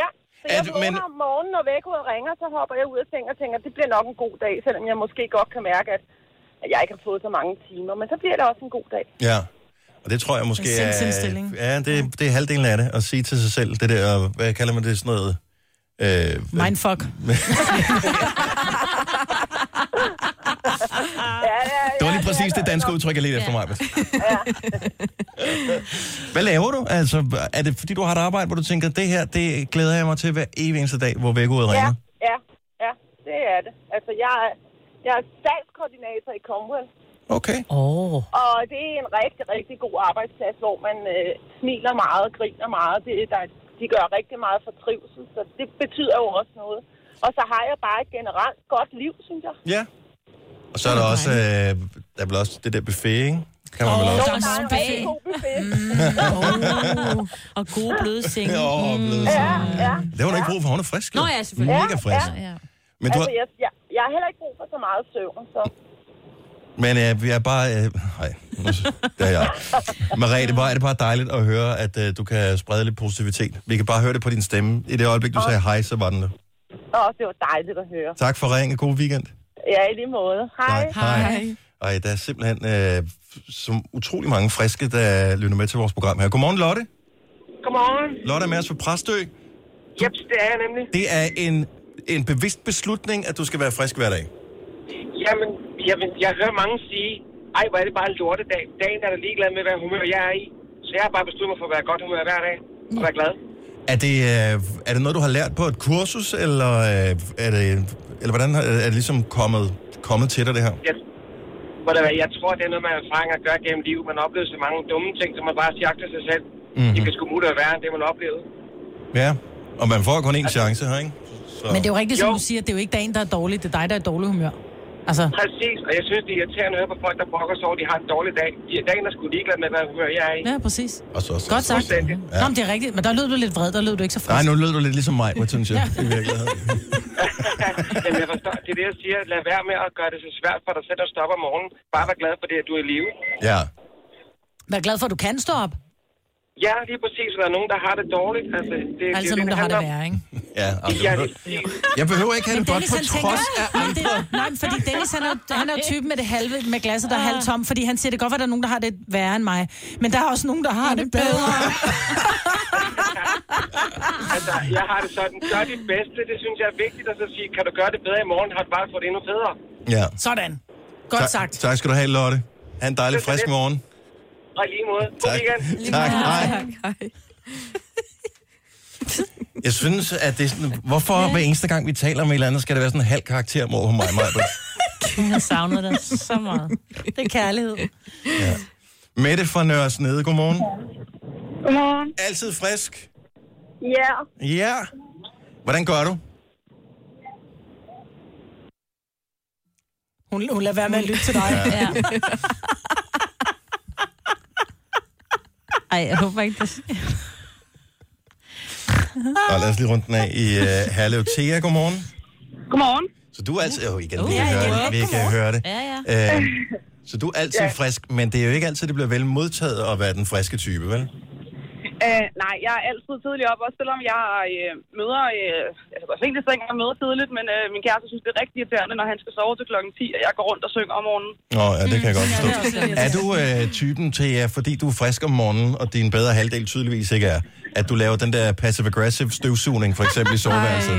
Speaker 14: Ja, så jeg
Speaker 1: At-
Speaker 14: vågner
Speaker 1: men-
Speaker 14: om morgenen, når vækkeuret ringer, så hopper jeg ud af sengen og tænker, det bliver nok en god dag, selvom jeg måske godt kan mærke, at at jeg ikke har fået så mange timer, men så bliver det også en god dag.
Speaker 1: Ja. Og det tror jeg måske
Speaker 14: En sindsindstilling.
Speaker 1: er... Ja, det, det er halvdelen af det. At sige til sig selv, det der, hvad kalder man det, sådan noget... Øh,
Speaker 12: Mindfuck.
Speaker 14: Ja, ja,
Speaker 1: Det var lige præcis det danske udtryk, jeg ledte efter mig. Hvad laver du? Altså, er det fordi, du har et arbejde, hvor du tænker, det her, det glæder jeg mig til hver evig eneste dag, hvor vækkeuret
Speaker 14: ja,
Speaker 1: ringer?
Speaker 14: ja, ja, det er det. Altså, jeg er, jeg er statskoordinator i Commonwealth.
Speaker 1: Okay.
Speaker 3: Åh. Oh.
Speaker 14: Og det er en rigtig, rigtig god arbejdsplads, hvor man øh, smiler meget og griner meget. Det, der, de gør rigtig meget for trivsel, så det betyder jo også noget. Og så har jeg bare et generelt godt liv, synes jeg.
Speaker 1: Ja. Og så er der også, øh, der er vel også det der buffet, ikke? Kan man oh, vel
Speaker 14: Jo,
Speaker 1: også?
Speaker 14: der er en rigtig
Speaker 3: smag.
Speaker 14: god buffet.
Speaker 3: Oh. Og gode bløde senge. Mm.
Speaker 1: Åh, bløde
Speaker 14: Ja, ja.
Speaker 1: Det var der ikke brug for, hun er frisk. jo.
Speaker 3: Nå ja, selvfølgelig.
Speaker 1: Mega frisk.
Speaker 3: Ja, ja.
Speaker 1: Men, du har,
Speaker 14: Altså, jeg, jeg, jeg har heller ikke brug for så meget søvn, så...
Speaker 1: men øh, vi er bare... Øh, nej, nu s- det er jeg. Marie, det er bare, er det bare dejligt at høre, at øh, du kan sprede lidt positivitet. Vi kan bare høre det på din stemme. I det øjeblik, du sagde hej, så var den der.
Speaker 14: Åh, det var dejligt at høre.
Speaker 1: Tak for ringen. God weekend.
Speaker 14: Ja, i lige måde. Hej.
Speaker 1: Tak. Hej. Ej, der er simpelthen øh, som utrolig mange friske, der lytter med til vores program her. Godmorgen, Lotte.
Speaker 15: Godmorgen.
Speaker 1: Lotte er med os fra Præstø.
Speaker 15: Yep, det er jeg nemlig.
Speaker 1: Det er en, en bevidst beslutning, at du skal være frisk hver dag.
Speaker 15: Jamen, jamen, jeg hører mange sige, ej, hvor er det bare en lortedag. Dagen er der ligeglad med, hvad humør jeg er i. Så jeg har bare besluttet mig for at være i godt humør hver dag og være glad.
Speaker 1: Er det, øh, er det noget, du har lært på et kursus, eller, øh, er, det, eller hvordan har- er det ligesom kommet, kommet til dig, det her?
Speaker 15: Jeg, ved du hvad, jeg tror, det er noget, man har erfaring at gøre gennem livet. Man oplever så mange dumme ting, som man bare jagter sig selv.
Speaker 1: Mhm.
Speaker 15: Mm-hmm. Det kan sgu muligt være værre end det, man oplevede.
Speaker 1: Ja, og man får kun én chance her, ikke? Så.
Speaker 12: Men det er jo rigtigt, som du siger, det er jo ikke dagen, der er dårlig, det er dig, der er i dårlig humør. Altså,
Speaker 15: Præcis, og jeg synes, det er irriterende at høre på folk, der brokker sig over, at de har en dårlig dag. De er dagen er sgu ligeglad med, hvad humør jeg er i.
Speaker 12: ja, præcis.
Speaker 1: Og så, så,
Speaker 12: Godt sagt.
Speaker 15: Fuldstændig.
Speaker 12: Nå, men det er rigtigt, men der lød du lidt vred, der lød du ikke så frisk.
Speaker 1: Nej, nu lød du lidt ligesom mig, synes jeg, i virkeligheden.
Speaker 15: Jamen, jeg forstår. Det er det, jeg siger. Lad være med at gøre det så svært for dig selv at stoppe om morgenen. Bare vær glad for det, at du er i live.
Speaker 1: Ja.
Speaker 12: Vær glad for, at du kan stå op.
Speaker 15: Ja, lige præcis. Der er nogen, der har det dårligt. Altså, det,
Speaker 12: Altså nogen, der har det værre, ikke?
Speaker 1: Ja,
Speaker 15: Ja,
Speaker 1: altså, jeg behøver ikke have det godt på
Speaker 15: ligesom,
Speaker 1: trods af
Speaker 12: Nej, det, nej, men fordi Dennis, han er, jo- han er jo typen med det halve, med glasset, der er halvt tom, fordi han siger, det kan godt være, der er nogen, der har det værre end mig. Men der er også nogen, der har det bedre.
Speaker 15: Altså, jeg har det sådan. Gør dit bedste. Det synes jeg er vigtigt at så sige, kan du gøre det bedre i morgen? Har du bare fået det endnu federe?
Speaker 1: Ja.
Speaker 12: Sådan.
Speaker 15: Godt
Speaker 1: tak,
Speaker 15: sagt.
Speaker 1: Tak skal du have, Lotte. Ha' en dejlig,
Speaker 15: Det var
Speaker 1: frisk
Speaker 15: lidt.
Speaker 1: morgen.
Speaker 15: Og i lige måde. God
Speaker 1: Tak.
Speaker 15: weekend.
Speaker 1: Tak. Hej. Jeg synes, at det er sådan, hvorfor hver eneste gang, vi taler om et eller andet, skal det være sådan en halv karakter mod på mig, Maja?
Speaker 3: Jeg har savnet dig så meget. Det er kærlighed.
Speaker 1: Mette fra Nørres Nede, godmorgen.
Speaker 17: Godmorgen.
Speaker 1: Altid frisk.
Speaker 17: Ja,
Speaker 1: Ja. Hvordan gør du?
Speaker 12: Hun, hun lader være med at lytte til dig.
Speaker 1: Ja.
Speaker 3: Ej, jeg håber ikke, det...
Speaker 1: Og lad os lige runde den af i uh, Herlev Thea, godmorgen.
Speaker 17: godmorgen.
Speaker 1: Så du er altid... Jo, igen,
Speaker 17: Uh,
Speaker 1: vi
Speaker 17: ja,
Speaker 1: kan
Speaker 17: igen,
Speaker 1: høre det.
Speaker 17: godt
Speaker 1: Vi kan
Speaker 17: godmorgen.
Speaker 1: høre det.
Speaker 17: Ja,
Speaker 1: ja.
Speaker 17: ja.
Speaker 1: Øhm, så du er altid
Speaker 17: Ja.
Speaker 1: frisk, men det er jo ikke altid, det bliver vel modtaget at være den friske type, vel?
Speaker 17: Øh, nej, jeg er altid tidlig op, også selvom jeg øh, møder... Øh, jeg går sent i seng og møder tidligt, men øh, min kæreste synes, det er rigtig irriterende, når han skal sove til klokken 10, og jeg går rundt og synger om morgenen.
Speaker 1: Nå, ja, det kan jeg godt
Speaker 17: Mm, ja,
Speaker 1: forstå.
Speaker 17: det er også lidt
Speaker 1: Er du øh, typen til, ja, fordi du er frisk om morgenen, og din bedre halvdel tydeligvis ikke er, at du laver den der passive-aggressive støvsugning, for eksempel i soveværelset?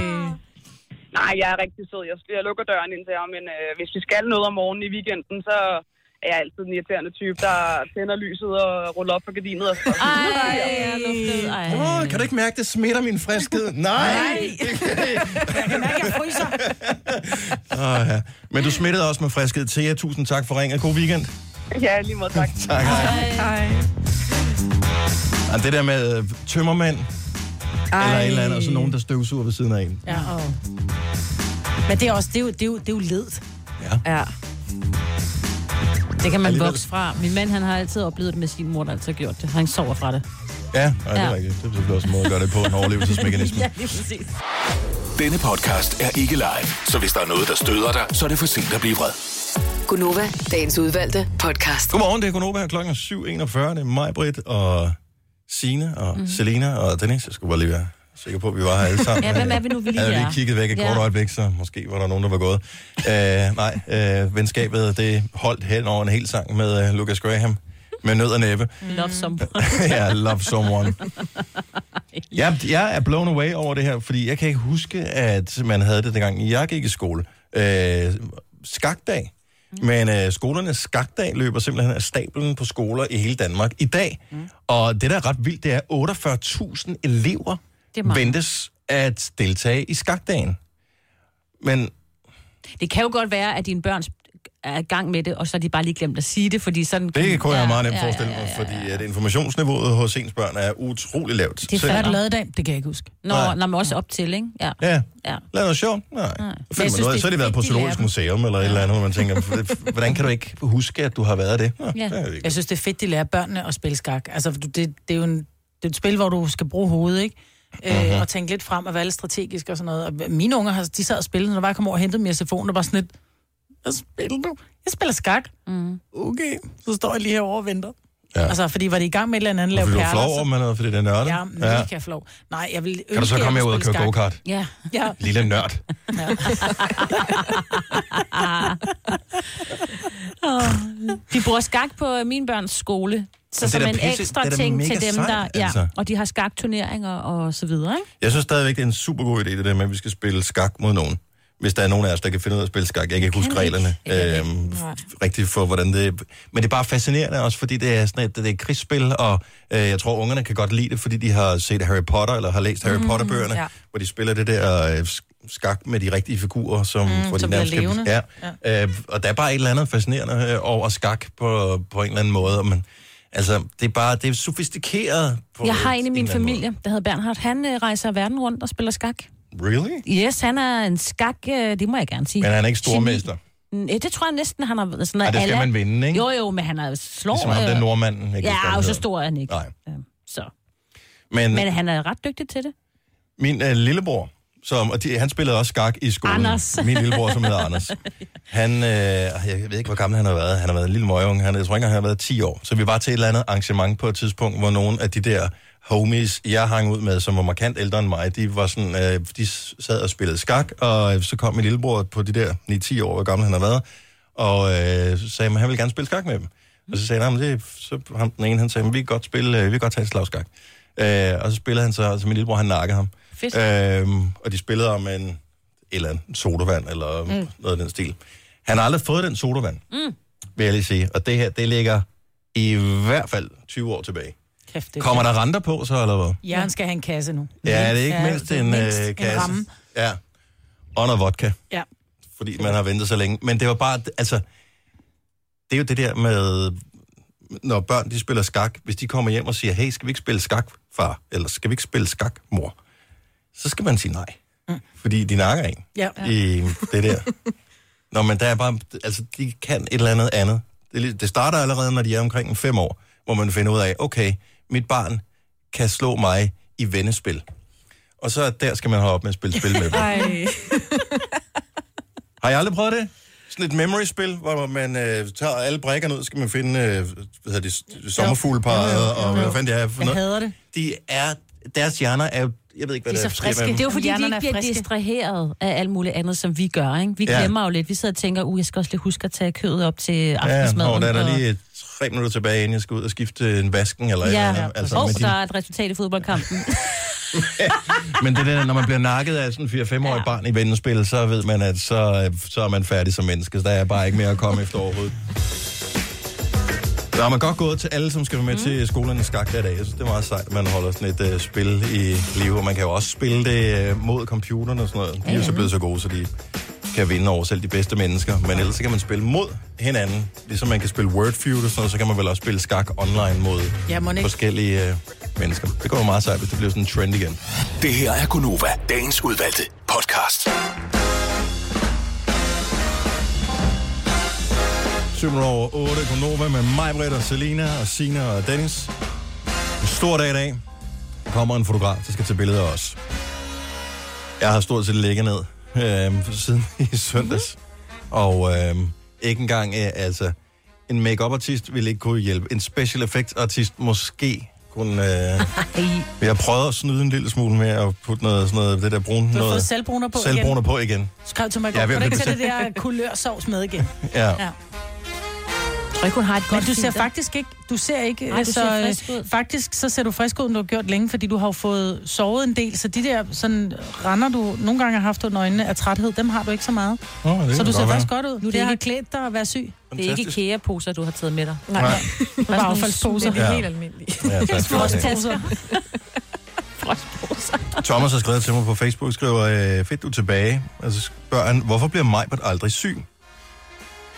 Speaker 17: Nej, jeg er rigtig sød. Jeg, jeg lukker døren ind til ham, men øh, hvis vi skal noget om morgenen i weekenden, så er jeg altid den irriterende type, der tænder lyset og ruller op for gardinet. Og så.
Speaker 3: Ej, jeg luftede. Ej.
Speaker 1: Åh, kan du ikke mærke, det smitter min friskhed? Nej!
Speaker 12: Jeg kan mærke, at jeg fryser.
Speaker 1: Åh, ja. Men du smittede også med friskhed. Thea, tusind tak for ringet. God weekend.
Speaker 17: Ja, lige måde, tak.
Speaker 1: Tak, hej.
Speaker 17: Hej.
Speaker 1: Og det der med øh, tømmermænd, Ej. eller et eller andet, og så nogen, der støvsuger ved siden af en.
Speaker 12: Ja, og... Men det er også, det er jo, det er jo, det er jo ledt.
Speaker 1: Ja.
Speaker 12: ja.
Speaker 3: Det kan man
Speaker 1: Alligevel.
Speaker 3: vokse fra. Min mand, han har altid oplevet det med sin mor, der altid har gjort det. Han sover fra det.
Speaker 1: Ja, og det er
Speaker 3: Ja.
Speaker 1: rigtigt. Det er selvfølgelig også en måde at gøre det på, en overlevelsesmekanisme.
Speaker 3: ja, det er præcis.
Speaker 8: Denne podcast er ikke live, så hvis der er noget, der støder dig, så er det for sent at blive vred.
Speaker 7: Gunova, dagens udvalgte podcast.
Speaker 1: Godmorgen, det er Konoba. Klokken er 7.41. Det er mig, Britt, og Sine og
Speaker 3: Mhm.
Speaker 1: mm. Selena og Dennis. Jeg skulle bare lige være sikker på, at vi var her alle sammen.
Speaker 3: Ja, hvem er vi nu, vi lige
Speaker 1: Havde
Speaker 3: er?
Speaker 1: vi kigget væk et
Speaker 3: Ja.
Speaker 1: kort øjeblik, så måske var der nogen, der var gået. Øh, nej, øh, venskabet det holdt hen over en hel sang med øh, Lucas Graham. Med nød og næppe.
Speaker 3: Love some.
Speaker 1: ja, love someone. Jeg, jeg er blown away over det her, fordi jeg kan ikke huske, at man havde det dengang, jeg gik i skole. Øh, skakdag. Men øh, skolernes skakdag løber simpelthen af stablen på skoler i hele Danmark i dag. Mm. Og det, der er ret vildt, det er, at 48.000 elever
Speaker 3: Det er
Speaker 1: det
Speaker 3: meget.
Speaker 1: ventes at deltage i skakdagen. Men
Speaker 3: Det kan jo godt være, at dine børn er i gang med det, og så har de bare lige glemt at sige det, fordi sådan...
Speaker 1: Det kunne jeg meget nemt forestille mig, fordi at informationsniveauet hos ens børn er utrolig lavt.
Speaker 12: Det er
Speaker 1: Selv-
Speaker 12: før det lavede dag, det kan jeg ikke huske.
Speaker 3: Nå,
Speaker 1: Nej.
Speaker 3: når man også op til, ikke? Ja.
Speaker 1: Ja.
Speaker 3: ja.
Speaker 1: Lad noget sjovt. Nej.
Speaker 3: Nej.
Speaker 1: Så Finder
Speaker 3: Jeg
Speaker 1: man
Speaker 3: synes,
Speaker 1: noget,
Speaker 3: det
Speaker 1: så har
Speaker 3: er
Speaker 1: de været på
Speaker 3: vigtigt,
Speaker 1: Zoologisk
Speaker 3: de lærer
Speaker 1: Museum eller et eller andet, hvor man tænker, hvordan kan du ikke huske, at du har været det? Nå,
Speaker 12: Ja.
Speaker 1: det er jo ikke-
Speaker 12: Jeg synes, det er fedt, de lærer børnene at spille skak. Altså, du- det, det er jo en, det er et spil, hvor du skal bruge hovedet, ikke? Øh,
Speaker 1: Mhm.
Speaker 12: og tænke lidt frem og være lidt strategisk og sådan noget. Og mine unger, har- de sad og spillede, når jeg kom over og hentede dem i SFO'en, og bare sådan lidt, hvad spiller du? Jeg spiller skak.
Speaker 3: Mm.
Speaker 12: Okay, så står jeg lige herovre og venter.
Speaker 1: Ja.
Speaker 12: Ja. Altså, fordi var det i gang med et eller andet,
Speaker 1: Og
Speaker 12: lave
Speaker 1: fordi du er
Speaker 12: perler.
Speaker 1: flov over med noget, fordi det er nørdet.
Speaker 12: Ja, mega ja. flov. Nej, jeg vil
Speaker 1: Kan du så komme herud og køre go-kart?
Speaker 3: Ja.
Speaker 12: ja.
Speaker 1: Lille nørd.
Speaker 3: Åh, De Ah. bruger skak på øh, mine børns skole. Så
Speaker 1: Men det er
Speaker 3: som
Speaker 1: da
Speaker 3: en
Speaker 1: pisse-
Speaker 3: ekstra
Speaker 1: det er da
Speaker 3: ting
Speaker 1: mega
Speaker 3: til dem,
Speaker 1: sejt,
Speaker 3: der... Ja,
Speaker 1: altså.
Speaker 3: og de har skakturneringer og så videre, ikke?
Speaker 1: Jeg synes stadigvæk, det er en super god idé, det der med, at vi skal spille skak mod nogen. Hvis der er nogen af os, der kan finde ud af at spille skak. Jeg kan ikke huske reglerne øhm, rigtigt for, hvordan det... Men det er bare fascinerende også, fordi det er sådan et, det er et krigsspil, og øh, jeg tror, ungerne kan godt lide det, fordi de har set Harry Potter, eller har læst Harry
Speaker 12: Mm,
Speaker 1: Potter-bøgerne,
Speaker 12: ja.
Speaker 1: hvor de spiller det der øh, sk- skak med de rigtige figurer, som,
Speaker 12: Mm,
Speaker 1: hvor de
Speaker 12: som bliver
Speaker 1: skal-
Speaker 12: levende.
Speaker 1: Ja. Ja. Øh, og der er bare et eller andet fascinerende øh, over skak på, på en eller anden måde. Og man, altså, det er bare det er sofistikeret på
Speaker 3: Jeg har en i min
Speaker 1: eller anden
Speaker 3: familie, der hedder Bernhard. Han øh, rejser verden rundt og spiller skak.
Speaker 1: måde. Really?
Speaker 3: Yes, han er en skak, øh, det må jeg gerne sige.
Speaker 1: Men han er ikke
Speaker 3: Geni.
Speaker 1: stormester?
Speaker 3: Nej, det tror jeg næsten, han har været sådan
Speaker 1: Ej,
Speaker 3: noget.
Speaker 1: det skal
Speaker 3: a la-
Speaker 1: man vinde, ikke?
Speaker 3: Jo, jo, men han er slår...
Speaker 1: Ligesom ham, den
Speaker 3: øh,
Speaker 1: nordmanden. Jeg kan ikke huske,
Speaker 3: Ja,
Speaker 1: hvad
Speaker 3: og
Speaker 1: han
Speaker 3: så
Speaker 1: hedder.
Speaker 3: stor er han ikke.
Speaker 1: Nej.
Speaker 3: Ja, Så.
Speaker 1: Men,
Speaker 3: Men han er ret dygtig til det.
Speaker 1: min øh, lillebror, som, og de, han spillede også skak i skolen.
Speaker 3: Anders.
Speaker 1: Min lillebror, som hedder Anders. Han, øh, jeg ved ikke, hvor gammel han har været. Han har været en lille møgung. Han, jeg tror ikke, han har været 10 år. Så vi var til et eller andet arrangement på et tidspunkt, hvor nogle af de der homies, jeg hang ud med, som var markant ældre end mig, de, var sådan, øh, de sad og spillede skak, og øh, så kom min lillebror på de der 9-10 år, hvor gammel han har været, og øh, så sagde, at han ville gerne spille skak med dem. Og så sagde han, "Jamen, det, så ham den ene, han sagde, "Men vi kan godt spille, øh, vi kan godt tage et slagskak. Øh, og så spillede han så, altså min lillebror, han nakkede ham.
Speaker 3: Fedt.
Speaker 1: Øhm, og de spillede om en, et eller andet sodavand, eller mm.
Speaker 3: Mm.
Speaker 1: noget af den stil. Han har aldrig fået den sodavand,
Speaker 3: Mm.
Speaker 1: vil jeg lige sige. Og det her, det ligger i hvert fald 20 år tilbage.
Speaker 12: Kæft,
Speaker 1: Det
Speaker 12: det
Speaker 1: Kommer der renter på så, eller hvad?
Speaker 12: Ja, han skal have en kasse nu.
Speaker 1: Ja, er det ikke mindst
Speaker 12: det er
Speaker 1: en øh,
Speaker 12: mindst
Speaker 1: kasse?
Speaker 12: En ramme.
Speaker 1: Ja, og noget vodka.
Speaker 12: Ja.
Speaker 1: fordi man har ventet så længe. Men det var bare, altså, det er jo det der med, når børn de spiller skak, hvis de kommer hjem og siger, hey, skal vi ikke spille skak, far? Eller skal vi ikke spille skak, mor? Så skal man sige nej. Mm. Fordi de nakker en
Speaker 12: Ja.
Speaker 1: i det der. Nå, men der er bare, altså, de kan et eller andet andet. Det, er lidt- det starter allerede, når de er omkring en fem år, hvor man finder ud af, okay, mit barn kan slå mig i vennespil. Og så der skal man have op med at spille spil med dem.
Speaker 4: Ej.
Speaker 1: Har I aldrig prøvet det? Sådan et memory-spil, hvor man øh, tager alle brækkerne ud, så skal man finde, øh, hvad hedder det, s- sommerfugleparret, og hvad fanden det er for
Speaker 12: Jeg
Speaker 1: noget.
Speaker 12: hader det.
Speaker 1: De er, deres hjerner er jo, jeg ved ikke, hvad
Speaker 12: De er
Speaker 1: der
Speaker 12: så
Speaker 1: sker med
Speaker 12: friske.
Speaker 1: dem.
Speaker 3: Det er jo fordi, de
Speaker 12: Hjernerne
Speaker 3: ikke
Speaker 12: er
Speaker 3: bliver
Speaker 12: friske.
Speaker 3: distraheret af alt muligt andet, som vi gør. Ikke? Vi
Speaker 1: Ja.
Speaker 3: glemmer jo lidt. Vi sidder og tænker, uh, jeg skal også lige huske at tage kødet op til
Speaker 1: Ja,
Speaker 3: aftensmaden.
Speaker 1: og der er der
Speaker 3: og-
Speaker 1: lige øh, tre minutter tilbage, inden jeg skal ud og skifte en vasken eller et eller
Speaker 3: Ja,
Speaker 1: andet.
Speaker 3: altså, og
Speaker 1: men,
Speaker 3: der er et resultat i fodboldkampen.
Speaker 1: men det der, når man bliver nakket af sådan en 4-5-årig ja. barn i vennespil, så ved man, at så, øh, så er man færdig som menneske. Så der er bare ikke mere at komme efter overhovedet. Der har man godt gået til alle, som skal være med mm. til skolernes skak der i dag. Jeg synes, det er meget sejt, at man holder sådan et øh, spil i live. Og man kan jo også spille det øh, mod computerne og sådan noget. De er jo så blevet så gode, så de kan vinde over selv de bedste mennesker. Men ellers så kan man spille mod hinanden. Ligesom man kan spille Word Feud og sådan noget, så kan man vel også spille skak online mod
Speaker 12: Ja, mon ikke?
Speaker 1: forskellige øh, mennesker. Det går jo meget sejt, hvis det bliver sådan en trend igen.
Speaker 8: Det her er Gunova, dagens udvalgte podcast.
Speaker 1: 7 over 8, Konoba med mig, Britt og Selina og Sina og Dennis. En stor dag i dag. Der kommer en fotograf, der skal tage billeder af os. Jeg har stort set ligget ned øh, siden i søndags. Og øh, ikke engang, øh, altså, en makeup artist ville ikke kunne hjælpe. En special effects artist måske kunne... Øh, jeg har prøvet at snyde en lille smule med at putte noget, sådan noget, det der brun...
Speaker 12: Du har
Speaker 1: noget,
Speaker 12: fået selvbruner på igen.
Speaker 1: selvbruner på igen.
Speaker 12: Skrev til mig i går,
Speaker 1: Ja,
Speaker 12: kan
Speaker 1: hvem
Speaker 12: du ikke
Speaker 1: vil
Speaker 12: tage det
Speaker 1: du se?
Speaker 12: der kulørsovs med igen?
Speaker 1: Ja.
Speaker 12: Jeg tror ikke, hun har et
Speaker 3: godt
Speaker 12: Men du ser
Speaker 3: filter.
Speaker 12: faktisk ikke... Du ser ikke...
Speaker 3: Nej,
Speaker 12: Nej,
Speaker 3: du
Speaker 12: så, øh,
Speaker 3: ser
Speaker 12: ser
Speaker 3: frisk ud.
Speaker 12: Faktisk, så ser du frisk ud, end du har gjort længe, fordi du har jo fået sovet en del. Så de der sådan, render du nogle gange har haft under øjnene af træthed, dem har du ikke så meget.
Speaker 1: Nå, det
Speaker 12: så
Speaker 1: kan
Speaker 12: du ser
Speaker 1: godt
Speaker 12: faktisk
Speaker 1: være.
Speaker 12: godt ud.
Speaker 3: Nu
Speaker 12: Nu
Speaker 3: er det
Speaker 12: det, det har
Speaker 3: ikke-
Speaker 12: klædt dig at være syg.
Speaker 3: Det er ikke
Speaker 1: Fantastisk.
Speaker 3: IKEA-poser, du har taget med dig.
Speaker 12: Nej.
Speaker 1: Nej.
Speaker 12: Det var affaldsposer.
Speaker 1: Det er helt Ja.
Speaker 12: almindeligt.
Speaker 1: Ja, tak skal du have.
Speaker 3: Frostposer.
Speaker 1: Thomas har skrevet til mig på Facebook, skriver, øh, fedt du er tilbage. Og så spørger han, hvorfor bliver Majbert aldrig syg?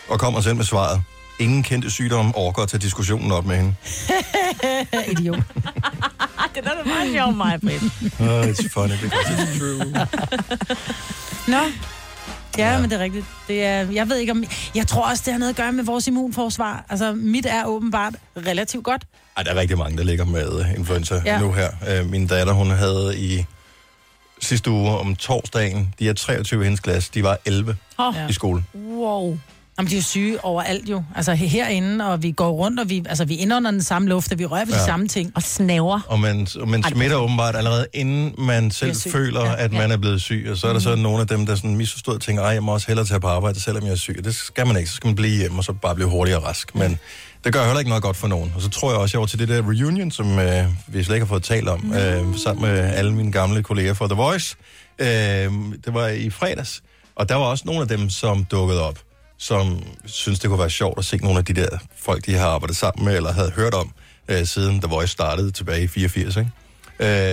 Speaker 1: og kommer selv med svaret. Ingen kendte sygdomme orker at tage diskussionen op med hende.
Speaker 3: Idiot. det er da meget sjovt, mig, Britt.
Speaker 1: Oh, it's funny because it's true.
Speaker 2: Nå. Ja, ja, men det er rigtigt. Det er, jeg ved ikke om... Jeg tror også, det har noget at gøre med vores immunforsvar. Altså, mit er åbenbart relativt godt.
Speaker 1: Ej, der er rigtig mange, der ligger med øh, influenza ja.
Speaker 2: Ja.
Speaker 1: nu her. Øh, Min datter, hun havde i sidste uge om torsdagen, de er 23 i hendes klasse, de var 11
Speaker 2: Oh.
Speaker 1: i skole.
Speaker 2: Wow. Jamen, de er jo syge overalt jo. Altså he- herinde, og vi går rundt, og vi, altså, vi indånder den samme luft, og vi rører ved ja.
Speaker 1: Ja.
Speaker 2: de samme ting. Og snæver.
Speaker 1: Og man, og man
Speaker 2: Ej, det-
Speaker 1: smitter åbenbart allerede, inden man selv
Speaker 2: Bliver syg.
Speaker 1: føler,
Speaker 2: Ja.
Speaker 1: at
Speaker 2: Ja. Mhm.
Speaker 1: man er blevet syg. Og så er der så nogle af dem, der sådan misforstået tænker, at jeg må også hellere tage på arbejde, selvom jeg er syg. Og Det skal man ikke. Så skal man blive hjemme, og så bare blive hurtigere rask. Men det gør heller ikke noget godt for nogen. Og så tror jeg også, jeg var til det der reunion, som øh, vi slet ikke har fået talt om,
Speaker 2: Mhm.
Speaker 1: øh, sammen med alle mine gamle kolleger fra The Voice. Øh, det var i fredags. Og der var også nogle af dem, som dukkede op, som synes det kunne være sjovt at se nogle af de der folk, de har arbejdet sammen med, eller havde hørt om, øh, siden The Voice startede tilbage i 84, ikke?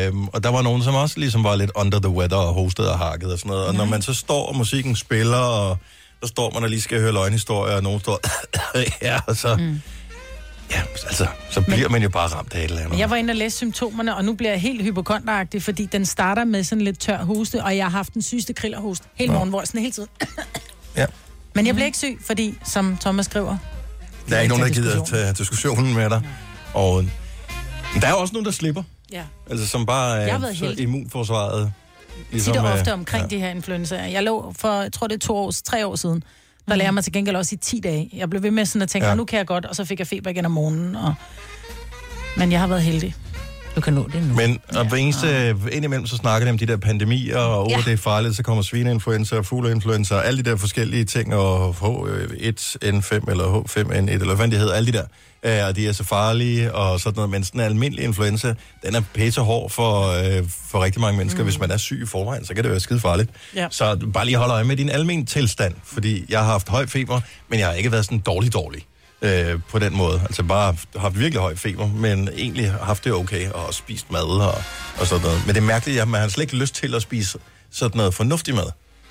Speaker 1: Øhm, og der var nogen, som også ligesom var lidt under the weather og hostede og hakket og sådan noget. Og når man så står, og musikken spiller, og så står man og lige skal høre løgnhistorier, og nogen står... ja, og så... Mm. Ja, altså, så bliver man jo bare ramt af et eller andet.
Speaker 2: Men jeg var inde og læse symptomerne, og nu bliver jeg helt hypokonteragtig, fordi den starter med sådan lidt tør hoste, og jeg har haft den sygeste krillerhost hele morgen, hvor jeg sådan hele tiden...
Speaker 1: Ja.
Speaker 2: Men jeg bliver ikke syg, fordi, som Thomas skriver...
Speaker 1: Der er ikke nogen, der
Speaker 2: til
Speaker 1: gider tage diskussionen med dig. Og men der er jo også nogen, der slipper.
Speaker 2: Ja.
Speaker 1: Altså, som bare
Speaker 2: Jeg har
Speaker 1: er
Speaker 2: været
Speaker 1: så
Speaker 2: heldig.
Speaker 1: immunforsvaret.
Speaker 2: Ligesom, tit og
Speaker 1: øh,
Speaker 2: ofte omkring ja. de her influenzaer. Jeg lå for, jeg tror det er to år, tre år siden, der lærte jeg mig til gengæld også i 10 dage. Jeg blev ved med sådan at tænke,
Speaker 1: Ja.
Speaker 2: ja. nu kan jeg godt, og så fik jeg feber igen om morgenen. Og... Men jeg har været heldig.
Speaker 3: Du kan nå det nu.
Speaker 1: Men og hver eneste, indimellem så snakker de om de der pandemier, og oh,
Speaker 2: Ja.
Speaker 1: ja. det er farligt, så kommer svineinfluenza og fugleinfluenza, og alle de der forskellige ting, og H1N5 eller H5N1, eller hvad de hedder, alle de der. Øh, Og de er så farlige og sådan noget, men sådan en almindelig influenza, den er pissehård for, øh, for rigtig mange mennesker. Mm. Hvis man er syg i forvejen, så kan det være skide farligt.
Speaker 2: Ja.
Speaker 1: Så du bare lige hold øje med din almen tilstand, fordi jeg har haft høj feber, men jeg har ikke været sådan dårlig-dårlig øh, på den måde. Altså bare haft virkelig høj feber, men egentlig haft det okay, og spist mad og, og sådan noget. Men det er mærkeligt, at man har slet ikke lyst til at spise sådan noget fornuftig mad.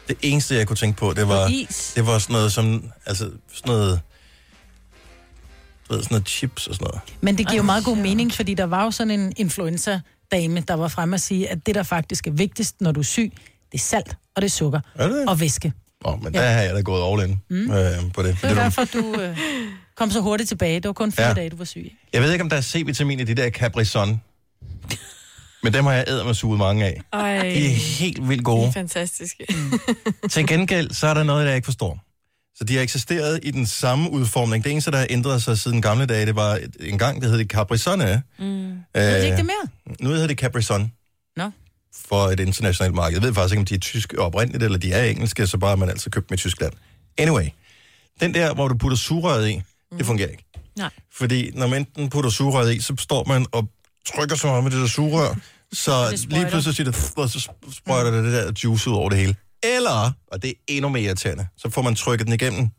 Speaker 1: Det eneste, jeg kunne tænke på, det var,
Speaker 2: Og is.
Speaker 1: det var sådan noget som, altså sådan noget, du ved, sådan noget chips og sådan noget.
Speaker 2: Men det giver jo meget god mening, fordi der var jo sådan en influenza-dame, der var fremme at sige, at det, der faktisk er vigtigst, når du er syg, det er salt, og det er sukker,
Speaker 1: Er det det?
Speaker 2: og væske.
Speaker 1: Åh, men
Speaker 2: Ja.
Speaker 1: der har jeg da gået all in
Speaker 2: Mm.
Speaker 1: mm. øh, på det.
Speaker 2: Det var derfor, du øh, kom så hurtigt tilbage. Det var kun fire ja.
Speaker 1: Ja.
Speaker 2: dage, du var syg.
Speaker 1: Jeg ved ikke, om der er C-vitamin i de der Capri Sun. Men dem har jeg æder med suget mange af.
Speaker 4: Ej.
Speaker 1: De er helt vildt gode.
Speaker 4: Det er fantastisk.
Speaker 1: Til gengæld, så er der noget, jeg ikke forstår. Så de har eksisteret i den samme udformning. Det eneste, der har ændret sig siden gamle dage, det var et- en gang, det hed det Capri Sun. Øh,
Speaker 2: Mm. Øh, det ikke det mere?
Speaker 1: nu hedder det Capri Sun.
Speaker 2: Nå.
Speaker 1: For et internationalt marked. Jeg ved faktisk ikke, om de er tysk oprindeligt, eller de er engelske, så bare har man altid købt dem i Tyskland. Anyway, den der, hvor du putter sugerøret i, det fungerer ikke.
Speaker 3: Nej.
Speaker 1: Fordi når man enten putter sugerøret i, så står man og trykker så meget med det der sugerør, så
Speaker 3: Det sprøjter.
Speaker 1: lige pludselig siger det, og så sprøjter det det der juice ud over det hele. Eller, og det er endnu mere irriterende, så får man trykket den igennem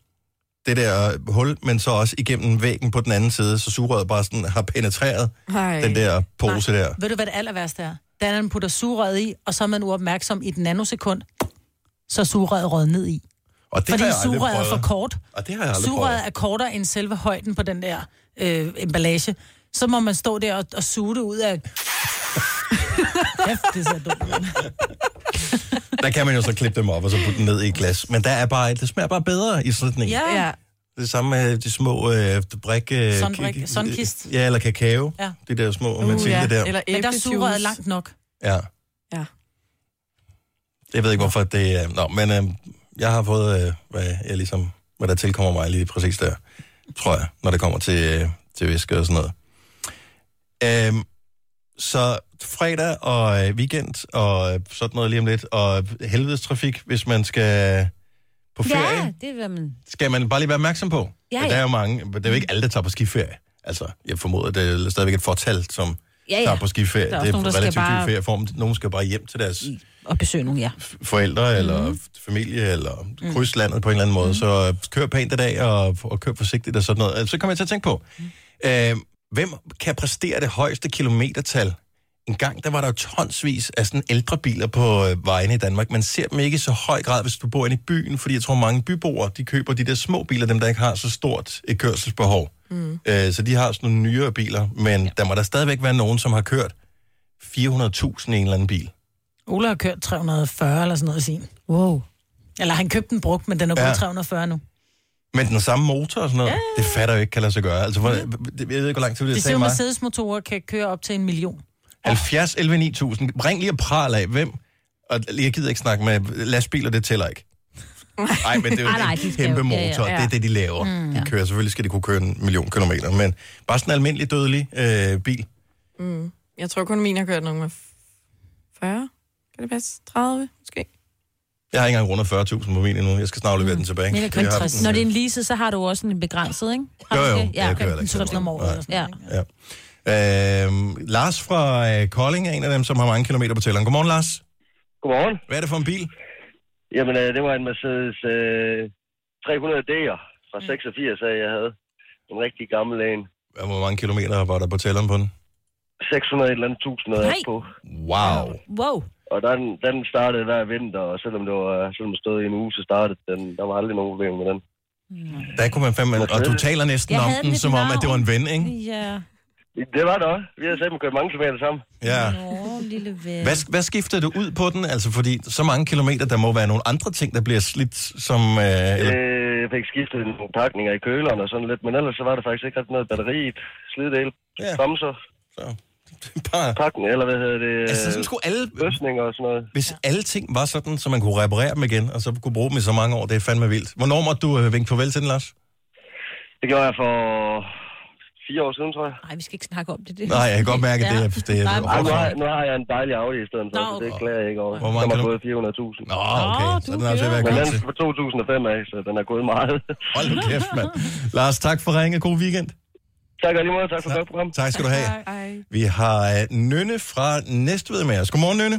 Speaker 1: det der hul, men så også igennem væggen på den anden side, så sugerøret bare sådan har penetreret
Speaker 2: Ej.
Speaker 1: den der pose der.
Speaker 2: Ved du, hvad det aller værste er? Det er, når man putter sugerøret i, og så er man uopmærksom i et nanosekund, så er sugerøret røget ned i.
Speaker 1: Og det
Speaker 2: Fordi
Speaker 1: har jeg aldrig
Speaker 2: sugerøret er for
Speaker 1: prøvet.
Speaker 2: kort.
Speaker 1: Og det har jeg aldrig
Speaker 2: Sugerøret
Speaker 1: prøvet.
Speaker 2: er kortere end selve højden på den der øh, emballage. Så må man stå der og, og suge det ud af... Kæft, det ser dumt. ud.
Speaker 1: Der kan man jo så klippe dem op og så putte dem ned i et glas. Men der er bare, det smager bare bedre i sådan en.
Speaker 2: Ja. ja.
Speaker 1: Det samme med de små øh, brik... Øh,
Speaker 2: Sunbrik-
Speaker 1: ki- ki-
Speaker 2: sunkist.
Speaker 1: Ja, eller kakao.
Speaker 2: Ja.
Speaker 1: De der små, uh, man
Speaker 2: Uh,
Speaker 1: tænker
Speaker 2: ja.
Speaker 1: der.
Speaker 2: Eller Men der er sugerøret langt nok.
Speaker 1: Ja.
Speaker 4: Ja.
Speaker 1: Jeg ved ikke, hvorfor det er... Nå, men øh, jeg har fået, øh, hvad, jeg ligesom, hvad der tilkommer mig lige præcis der, tror jeg, når det kommer til, øh, til væske og sådan noget. Øhm, så fredag og øh, weekend og øh, sådan noget lige om lidt, og helvedes trafik, hvis man skal på ferie,
Speaker 3: Ja, det vil man...
Speaker 1: skal man bare lige være opmærksom på.
Speaker 3: Ja,
Speaker 1: Ja, ja. Der
Speaker 3: ja.
Speaker 1: er jo mange, men det er jo ikke alle, der tager på skiferie. Altså, jeg formoder, det er stadigvæk et fortal, som
Speaker 3: Ja, ja.
Speaker 1: tager på skiferie.
Speaker 3: Der
Speaker 1: Det
Speaker 3: er
Speaker 1: er,
Speaker 3: også
Speaker 1: det
Speaker 3: nogen,
Speaker 1: er
Speaker 3: der
Speaker 1: nogen,
Speaker 3: skal
Speaker 1: relativt
Speaker 3: bare-
Speaker 1: bare... ferieform. Nogle skal bare hjem til deres
Speaker 3: Og besøg nogen, ja.
Speaker 1: forældre mm-hmm. eller f- familie eller kryds landet på en eller anden måde. Mm-hmm. Så øh, kør pænt i dag og, og kør forsigtigt og sådan noget. Altså, Så kommer jeg til at tænke på, øh, hvem kan præstere det højeste kilometertal en gang, der var der jo tonsvis af sådan ældre biler på øh, vejene i Danmark. Man ser dem ikke i så høj grad, hvis du bor inde i byen, fordi jeg tror, mange byboere, de køber de der små biler, dem der ikke har så stort et kørselsbehov. Mm. Øh, så de har sådan nogle nyere biler, men ja. der må der stadigvæk være nogen, som har kørt 400.000 i en eller anden bil.
Speaker 12: Ola har kørt 340 eller sådan noget i sin. Wow. Eller han købte den brugt, men den er kun
Speaker 1: Ja.
Speaker 12: ja. 340 nu.
Speaker 1: Men den samme motor og sådan noget, ja. det fatter jeg jo ikke, kan lade sig gøre. Altså, hvor, jeg ved ikke, hvor lang tid det,
Speaker 12: De
Speaker 1: det
Speaker 12: siger,
Speaker 1: tager
Speaker 12: at
Speaker 1: mig.
Speaker 12: Mercedes-motorer kan køre op til en million.
Speaker 1: 70, 11, 9000. Ring lige og pral af, hvem? Og jeg gider ikke snakke med lastbiler, det tæller ikke. Nej, men det er jo
Speaker 12: Ej, Ah, nej,
Speaker 1: en
Speaker 12: de skal
Speaker 1: kæmpe
Speaker 12: jo- ja, ja.
Speaker 1: motor, det er det, de laver.
Speaker 12: Mm.
Speaker 1: De kører, selvfølgelig skal de kunne køre en million kilometer, men bare sådan en almindelig dødelig øh, bil.
Speaker 4: Mm. Jeg tror kun min har kørt nogen med 40. Kan det passe? 30 måske?
Speaker 1: Jeg har ikke engang rundet 40.000 på min endnu, jeg skal snart
Speaker 12: Mm.
Speaker 1: levere den tilbage.
Speaker 3: Men jeg kan
Speaker 1: har
Speaker 3: kun 60.
Speaker 1: den-
Speaker 3: Når det er en lease, så har du også en begrænset, ikke? Har
Speaker 1: Jo,
Speaker 3: du
Speaker 1: jo,
Speaker 3: ikke?
Speaker 1: jeg kører heller ikke så
Speaker 3: 1000 om året. eller sådan noget, ikke?
Speaker 1: Ja. øh, Øhm, Lars fra øh, Kolding er en af dem, som har mange kilometer på tælleren. Godmorgen, Lars.
Speaker 18: Godmorgen.
Speaker 1: Hvad er det for en bil?
Speaker 18: Jamen, øh, det var en Mercedes øh, 300D'er fra 86, af, jeg havde. En rigtig gammel en.
Speaker 1: Hvor mange kilometer var der på tælleren på den?
Speaker 18: 600 et eller andet tusind havde jeg
Speaker 3: Nej.
Speaker 18: på.
Speaker 1: Wow.
Speaker 3: Wow.
Speaker 18: Og den, den startede hver vinter, og selvom det var, selvom det stod i en uge, så startede den. Der var aldrig nogen problemer med den.
Speaker 1: Der kunne man fandme... Og du taler næsten
Speaker 18: Jeg
Speaker 1: om
Speaker 18: havde
Speaker 1: den,
Speaker 18: den
Speaker 1: som om, at det var en ven, ikke?
Speaker 3: Ja.
Speaker 18: Det var det også. Vi har selv kørt mange kilometer sammen.
Speaker 1: Ja.
Speaker 3: Åh, lille ven.
Speaker 1: Hvad, hvad skifter du ud på den? Altså, fordi så mange kilometer, der må være nogle andre ting, der bliver slidt, som... Øh, eller,
Speaker 18: Øh, jeg fik skiftet nogle pakninger i køleren og sådan lidt, men ellers så var der faktisk ikke rigtig noget batteriet, slidedel, ja. bremser.
Speaker 1: Så. Bare...
Speaker 18: Pakken, eller hvad hedder det?
Speaker 1: Altså, sådan
Speaker 18: øh,
Speaker 1: skulle alle...
Speaker 18: Løsninger og sådan noget.
Speaker 1: hvis alle ting var sådan, så man kunne reparere dem igen, og så kunne bruge dem i så mange år, det er fandme vildt. Hvornår måtte du øh, vinke farvel til den, Lars?
Speaker 18: Det gjorde jeg for fire år siden, tror jeg.
Speaker 3: Nej, vi skal ikke snakke om det. det.
Speaker 1: Nej, jeg kan godt mærke, at det er- det er-
Speaker 18: Nej, nu, har, nu har jeg en dejlig Audi i stedet for,
Speaker 3: Nå,
Speaker 18: så det klager jeg ikke over.
Speaker 1: Hvor mange
Speaker 18: Den har
Speaker 1: kilo-
Speaker 18: gået 400.000.
Speaker 1: Nå, okay. Så den har altså været
Speaker 18: Men
Speaker 1: god
Speaker 18: den
Speaker 1: til.
Speaker 18: er fra 2005 af, så den er gået meget.
Speaker 1: Hold nu kæft, mand. Lars, tak for ringe. God weekend.
Speaker 18: tak og lige måde. Tak for godt program.
Speaker 1: Tak skal du have. Vi har øh, Nynne fra Næstved med os. Godmorgen, Nynne.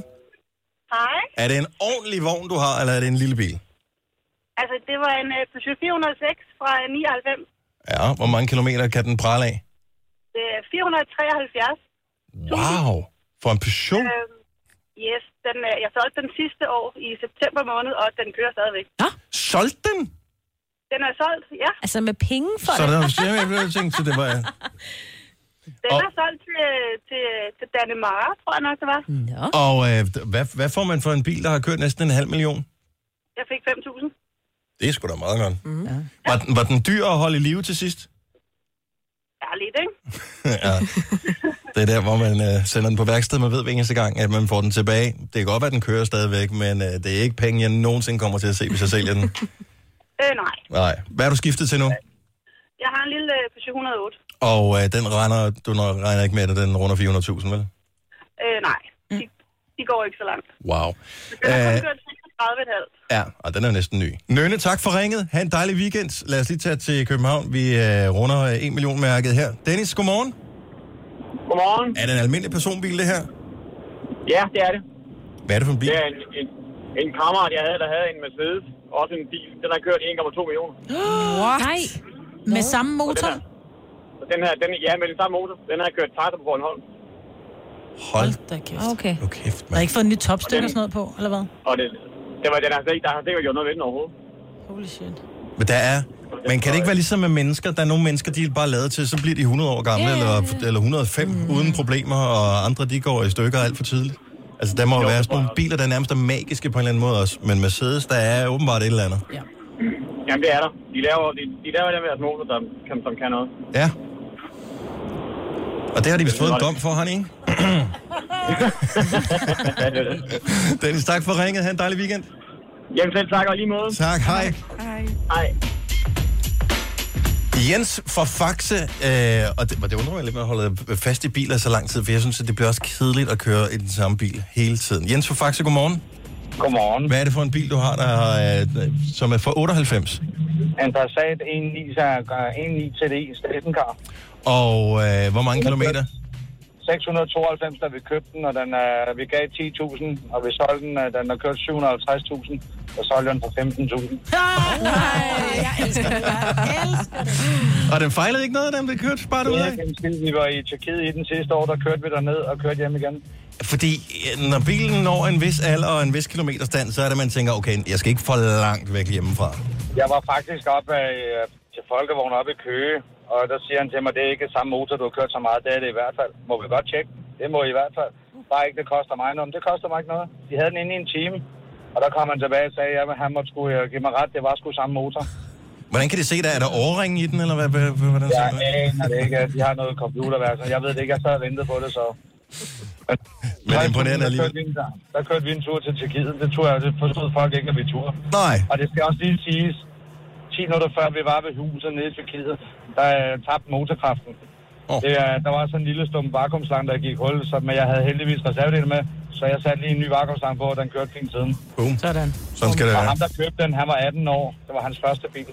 Speaker 19: Hej.
Speaker 1: Er det en ordentlig vogn, du har, eller er det en lille bil?
Speaker 19: Altså, det var en uh, Peugeot 406 fra 99.
Speaker 1: Ja, hvor mange kilometer kan den prale af?
Speaker 19: Det er 473.
Speaker 1: Wow. For en Peugeot?
Speaker 19: Øhm, yes, den, øh, jeg solgte den sidste år i september måned, og den kører stadigvæk.
Speaker 1: Solgte den?
Speaker 19: Den er solgt, ja.
Speaker 3: Altså med penge for
Speaker 1: Så
Speaker 3: det.
Speaker 1: der, så jeg, jeg tænkte, så det var...
Speaker 19: Den
Speaker 1: Og-
Speaker 19: er solgt til, øh, til, til Danemara, tror jeg nok, det var.
Speaker 3: Nå.
Speaker 1: Og øh, d- hvad, hvad får man for en bil, der har kørt næsten en halv million?
Speaker 19: Jeg fik 5.000.
Speaker 1: Det er sgu da meget godt. Mm. Ja. Var, den, var den dyr at holde i live til sidst?
Speaker 19: Ja, lidt, ikke?
Speaker 1: ja. Det er der, hvor man øh, sender den på værksted, man ved hver eneste gang, at man får den tilbage. Det kan godt være, at den kører stadigvæk, men øh, det er ikke penge, jeg nogensinde kommer til at se, hvis jeg sælger den.
Speaker 19: Øh, nej.
Speaker 1: Nej. Hvad er du skiftet til nu?
Speaker 19: Jeg har en lille øh, Peugeot 108.
Speaker 1: Og øh, den regner, du når- regner ikke med, at den runder 400.000, vel?
Speaker 19: Øh, nej. De, de går ikke så langt.
Speaker 1: Wow.
Speaker 19: Den har
Speaker 1: Øh,
Speaker 19: kun kørt 36,5.
Speaker 1: ja, og den er jo næsten ny. Nønne, tak for ringet. Ha' en dejlig weekend. Lad os lige tage til København. Vi øh, runder øh, 1 million-mærket her. Dennis, godmorgen.
Speaker 20: Godmorgen.
Speaker 1: Er det en almindelig personbil, det her?
Speaker 20: Ja, det er det.
Speaker 1: Hvad er det for en bil?
Speaker 20: Det er en, en, en kammerat, jeg havde, der havde en Mercedes. Også en bil. Den har kørt 1,2 millioner.
Speaker 12: What? Nej. Med samme motor?
Speaker 20: Og den her, den, ja, med den samme motor, den har kørt tejser på Bornholm.
Speaker 1: Hold
Speaker 12: da kæft. Okay.
Speaker 1: Nu kæft,
Speaker 12: man. Har I ikke fået en ny topstykke og sådan noget på, eller hvad?
Speaker 20: Og det, det var, den har slet ikke, der har sikkert gjort noget ved den overhovedet.
Speaker 12: Holy shit.
Speaker 1: Men der er... Men kan det ikke være ligesom med mennesker? Der er nogle mennesker, de er bare lavet til, så bliver de 100 år gamle, eller, eller 105 mm. uden problemer, og andre de går i stykker alt for tidligt. Altså, der må jo være sådan nogle biler, der nærmest er magiske på en eller anden måde også. Men Mercedes, der er åbenbart et eller andet.
Speaker 20: Jamen, det er der. De laver, de, de laver den med deres motor, der, kan, som kan noget.
Speaker 1: Ja. Og det har de vist fået en dom for, han ikke? Dennis, tak for ringet. Ha' en dejlig weekend.
Speaker 20: Jamen selv tak, og lige måde.
Speaker 1: Tak, hej.
Speaker 20: Hej. Hej.
Speaker 1: Jens fra Faxe, øh, og det, og det undrer mig lidt, at man holder fast i biler så lang tid, for jeg synes, at det bliver også kedeligt at køre i den samme bil hele tiden. Jens fra Faxe, godmorgen.
Speaker 21: Godmorgen.
Speaker 1: Hvad er det for en bil, du har, der er, øh, som er fra 98?
Speaker 21: En Passat 1.9 TDI Steppencar.
Speaker 1: Og øh, hvor mange kilometer?
Speaker 21: 600.000 692, da vi købte den, og den er, vi gav 10.000, og vi solgte den, øh, den har kørt 750.000, og solgte den for 15.000.
Speaker 1: Og den fejlede ikke noget, den blev kørt bare ud af?
Speaker 21: Vi var i Tyrkiet i den sidste år, der kørte vi derned og kørte hjem igen.
Speaker 1: Fordi øh, når bilen når en vis alder og en vis kilometerstand, så er det, man tænker, okay, jeg skal ikke for langt væk hjemmefra.
Speaker 21: Jeg var faktisk op øh, til folkevogn op i Køge, og der siger han til mig, det er ikke samme motor, du har kørt så meget. Det er det i hvert fald. Må vi godt tjekke. Det må I i hvert fald. Bare ikke, det koster mig noget. Men det koster mig ikke noget. De havde den inde i en time, og der kom han tilbage og sagde, at han måtte sgu øh, give mig ret. Det var sgu samme motor.
Speaker 1: Hvordan kan de se det? Er der overring i den, eller hvad? hvad, hvad hvordan ser
Speaker 21: Jeg
Speaker 1: det ud?
Speaker 21: aner det ikke. De har noget computerværk, så jeg ved det ikke. Jeg sad og ventede på det, så...
Speaker 1: Men imponerende
Speaker 21: der kørte, vi en, der kørte vi en tur til Tjekkiet. Det tror jeg, det forstod folk ikke, at vi turde.
Speaker 1: Nej.
Speaker 21: Og det skal også lige siges, 10 minutter før vi var ved huset nede i Tjekkiet, der øh, tabte motorkraften.
Speaker 1: Oh.
Speaker 21: Det, øh, der var sådan en lille stum vakuumslang, der gik hul, så, men jeg havde heldigvis reservedel med, så jeg satte lige en ny vakuumslang på, og den kørte fint siden.
Speaker 1: Boom.
Speaker 12: Sådan.
Speaker 1: Sådan skal det
Speaker 21: Og
Speaker 1: være.
Speaker 21: ham, der købte den, han var 18 år. Det var hans første bil.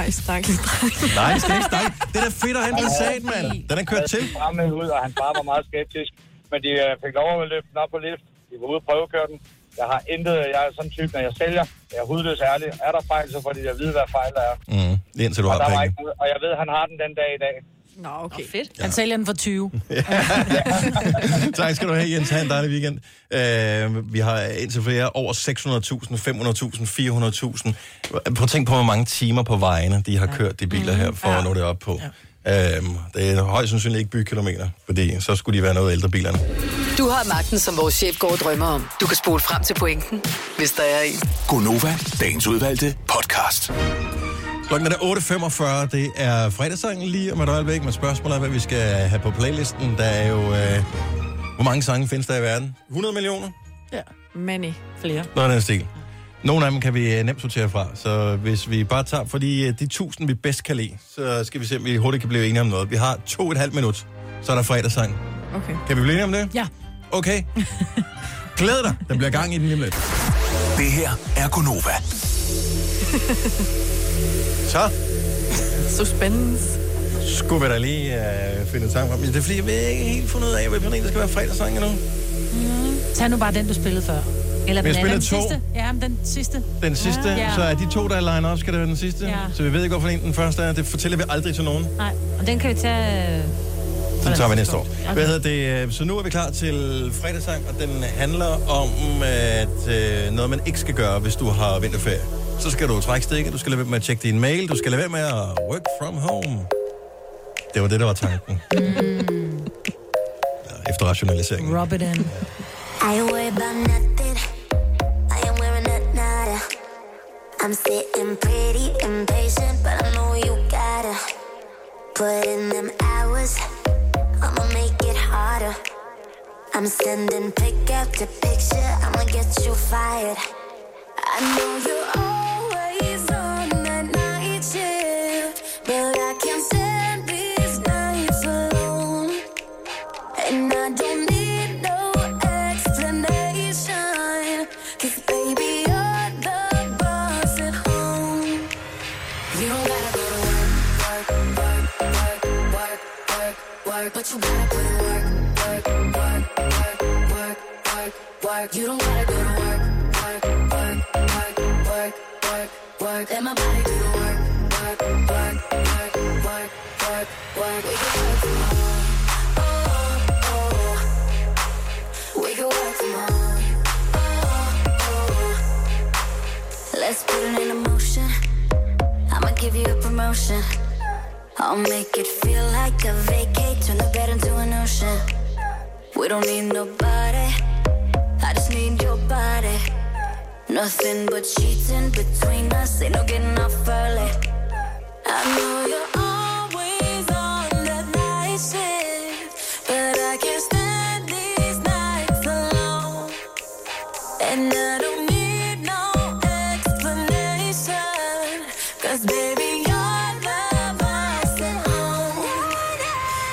Speaker 4: Ej, stakkels dreng.
Speaker 1: Nej, det skal ikke snakke. Det er da fedt at han blev sat, mand. Den er kørt til.
Speaker 21: Han med ud, og hans far var meget skeptisk. Men de øh, fik lov at løfte den op på lift. De var ude og prøvekøre den. Jeg har intet, jeg er sådan en type, når jeg sælger. Jeg er hudløs ærlig. Er der fejl, så får de at vide, hvad fejl der er.
Speaker 1: Mm. Lige indtil du
Speaker 21: Og,
Speaker 1: har
Speaker 21: der var
Speaker 1: penge.
Speaker 21: ikke, noget- og jeg ved, han har den den dag i dag.
Speaker 4: Nå, okay. Oh, fedt.
Speaker 12: Han sælger den for 20.
Speaker 1: tak skal du have, Jens. Ha' en dejlig weekend. Øh, vi har indtil flere over 600.000, 500.000, 400.000. Prøv at tænke på, hvor mange timer på vejene, de har kørt de biler her, for at nå det op på. Øhm, det er højst sandsynligt ikke bykilometer, fordi så skulle de være noget ældre bilerne.
Speaker 7: Du har magten, som vores chef går og drømmer om. Du kan spole frem til pointen, hvis der er en.
Speaker 8: Gonova, dagens udvalgte podcast.
Speaker 1: Klokken er der 8.45, det er fredagssangen lige om et øjeblik, men spørgsmålet er, hvad vi skal have på playlisten. Der er jo... Øh, hvor mange sange findes der i verden? 100 millioner?
Speaker 12: Ja.
Speaker 4: Many.
Speaker 12: Flere.
Speaker 1: Noget af den stil. Nogle af dem kan vi øh, nemt sortere fra, så hvis vi bare tager for de, øh, de 1000, vi bedst kan lide, så skal vi se, om vi hurtigt kan blive enige om noget. Vi har to og et halvt minut, så er der fredagssang.
Speaker 4: Okay.
Speaker 1: Kan vi blive enige om det?
Speaker 12: Ja.
Speaker 1: Okay. Glæd dig, der bliver gang i den lige om lidt.
Speaker 8: Det her er Gonova.
Speaker 1: Så
Speaker 4: Så spændende.
Speaker 1: skulle vi da lige øh, finde en sang frem. Men Det er fordi, jeg ved ikke helt fundet ud af, hvad for en, der skal være fredagssang endnu.
Speaker 12: Tag nu bare den, du spillede før. Eller den
Speaker 1: Men jeg spillede
Speaker 12: anden.
Speaker 1: to.
Speaker 12: sidste. Ja, men den sidste.
Speaker 1: Den sidste, ja.
Speaker 12: Ja.
Speaker 1: så er de to, der er line op, skal det være den sidste.
Speaker 12: Ja.
Speaker 1: Så vi ved ikke, hvorfor en den første er. Det fortæller vi aldrig til nogen.
Speaker 3: Nej, og den kan vi tage... øh,
Speaker 1: Den tager vi næste år.
Speaker 3: tidspunkt.
Speaker 1: Hvad hedder det? øh, Så nu er vi klar til fredagssang, og den handler om at øh, noget, man ikke skal gøre, hvis du har vinterferie. Så skal du trække stikket, du skal lade være med at tjekke din mail, du skal lade være med at work from home. Det var det, der var tanken.
Speaker 10: Mm.
Speaker 1: Ja, Efter rationaliseringen.
Speaker 12: Rub it in.
Speaker 9: I ain't worried about nothing. I am wearing a nada. I'm sitting pretty impatient, but I know you gotta put in them hours. I'ma make it harder. I'm sending pick after picture. I'ma get you fired. I know you're always on that night shift, but I can't stand these nights alone. And I don't need no explanation. Cause baby, you're the boss at home. You don't gotta go to work, work, work, work, work, work, work. But you gotta put in work, work, work, work, work, work, work. You don't gotta go to work, work, work, work, work, work, work. Let my body do the work, work, work, work, work, work, work. We can work from home. Oh, oh. We can work from home. Oh, oh. Let's put it in motion. I'ma give you a promotion. I'll make it feel like a vacate. Turn the bed into an ocean. We don't need nobody. I just need your body. Nothing but sheets in between us. Ain't no getting off early. I know you're always on that night shift, but I can't stand these nights alone. And I don't need no explanation. Cause baby, you're the boss at home.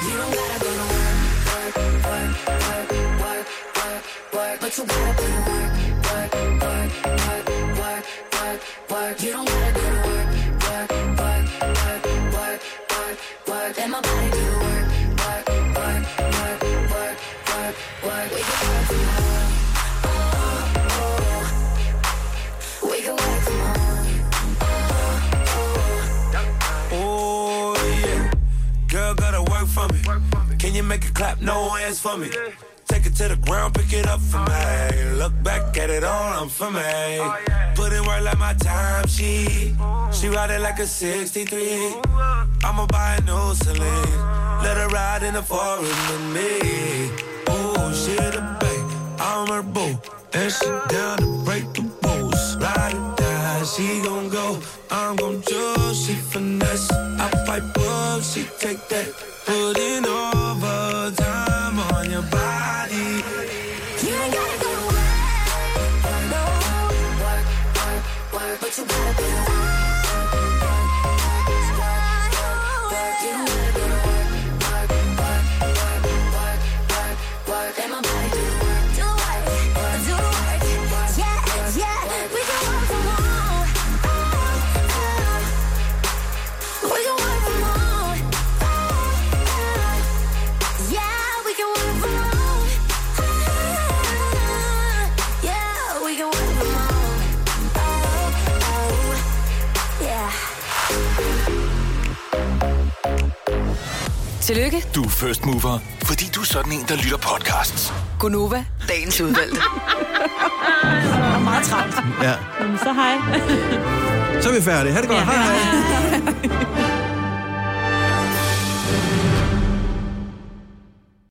Speaker 9: You don't gotta go to work, work, work, work, work, work, work. But you gotta put in work, work, work, work, work, work, work. You don't gotta go to work, work, work, work, work, work, work. Let my body do the work, work, work, work,
Speaker 22: no hands for me. Take it to the ground, pick it up for me. Look back at it all, I'm for me. Put in work like my time, she. She ride it like a 63. I'ma buy a new Celine. Let her ride in the forest with me. Ooh, she the babe, I'm her boo. And she down to break the rules. Ride it down, she gon' go. I'm gon' choose, she finesse. I fight book, she take that. Put in overtime on your body. You ain't gotta go to work, no. Work, work, work, but you gotta be
Speaker 5: Tillykke,
Speaker 8: Du er first mover, fordi du er sådan en, der lytter podcasts.
Speaker 5: Gunova, dagens udvalgte.
Speaker 7: Jeg er meget travlt.
Speaker 3: Ja.
Speaker 7: Jamen, så hej.
Speaker 3: Så er vi færdige. Ha' det godt. Hej hej.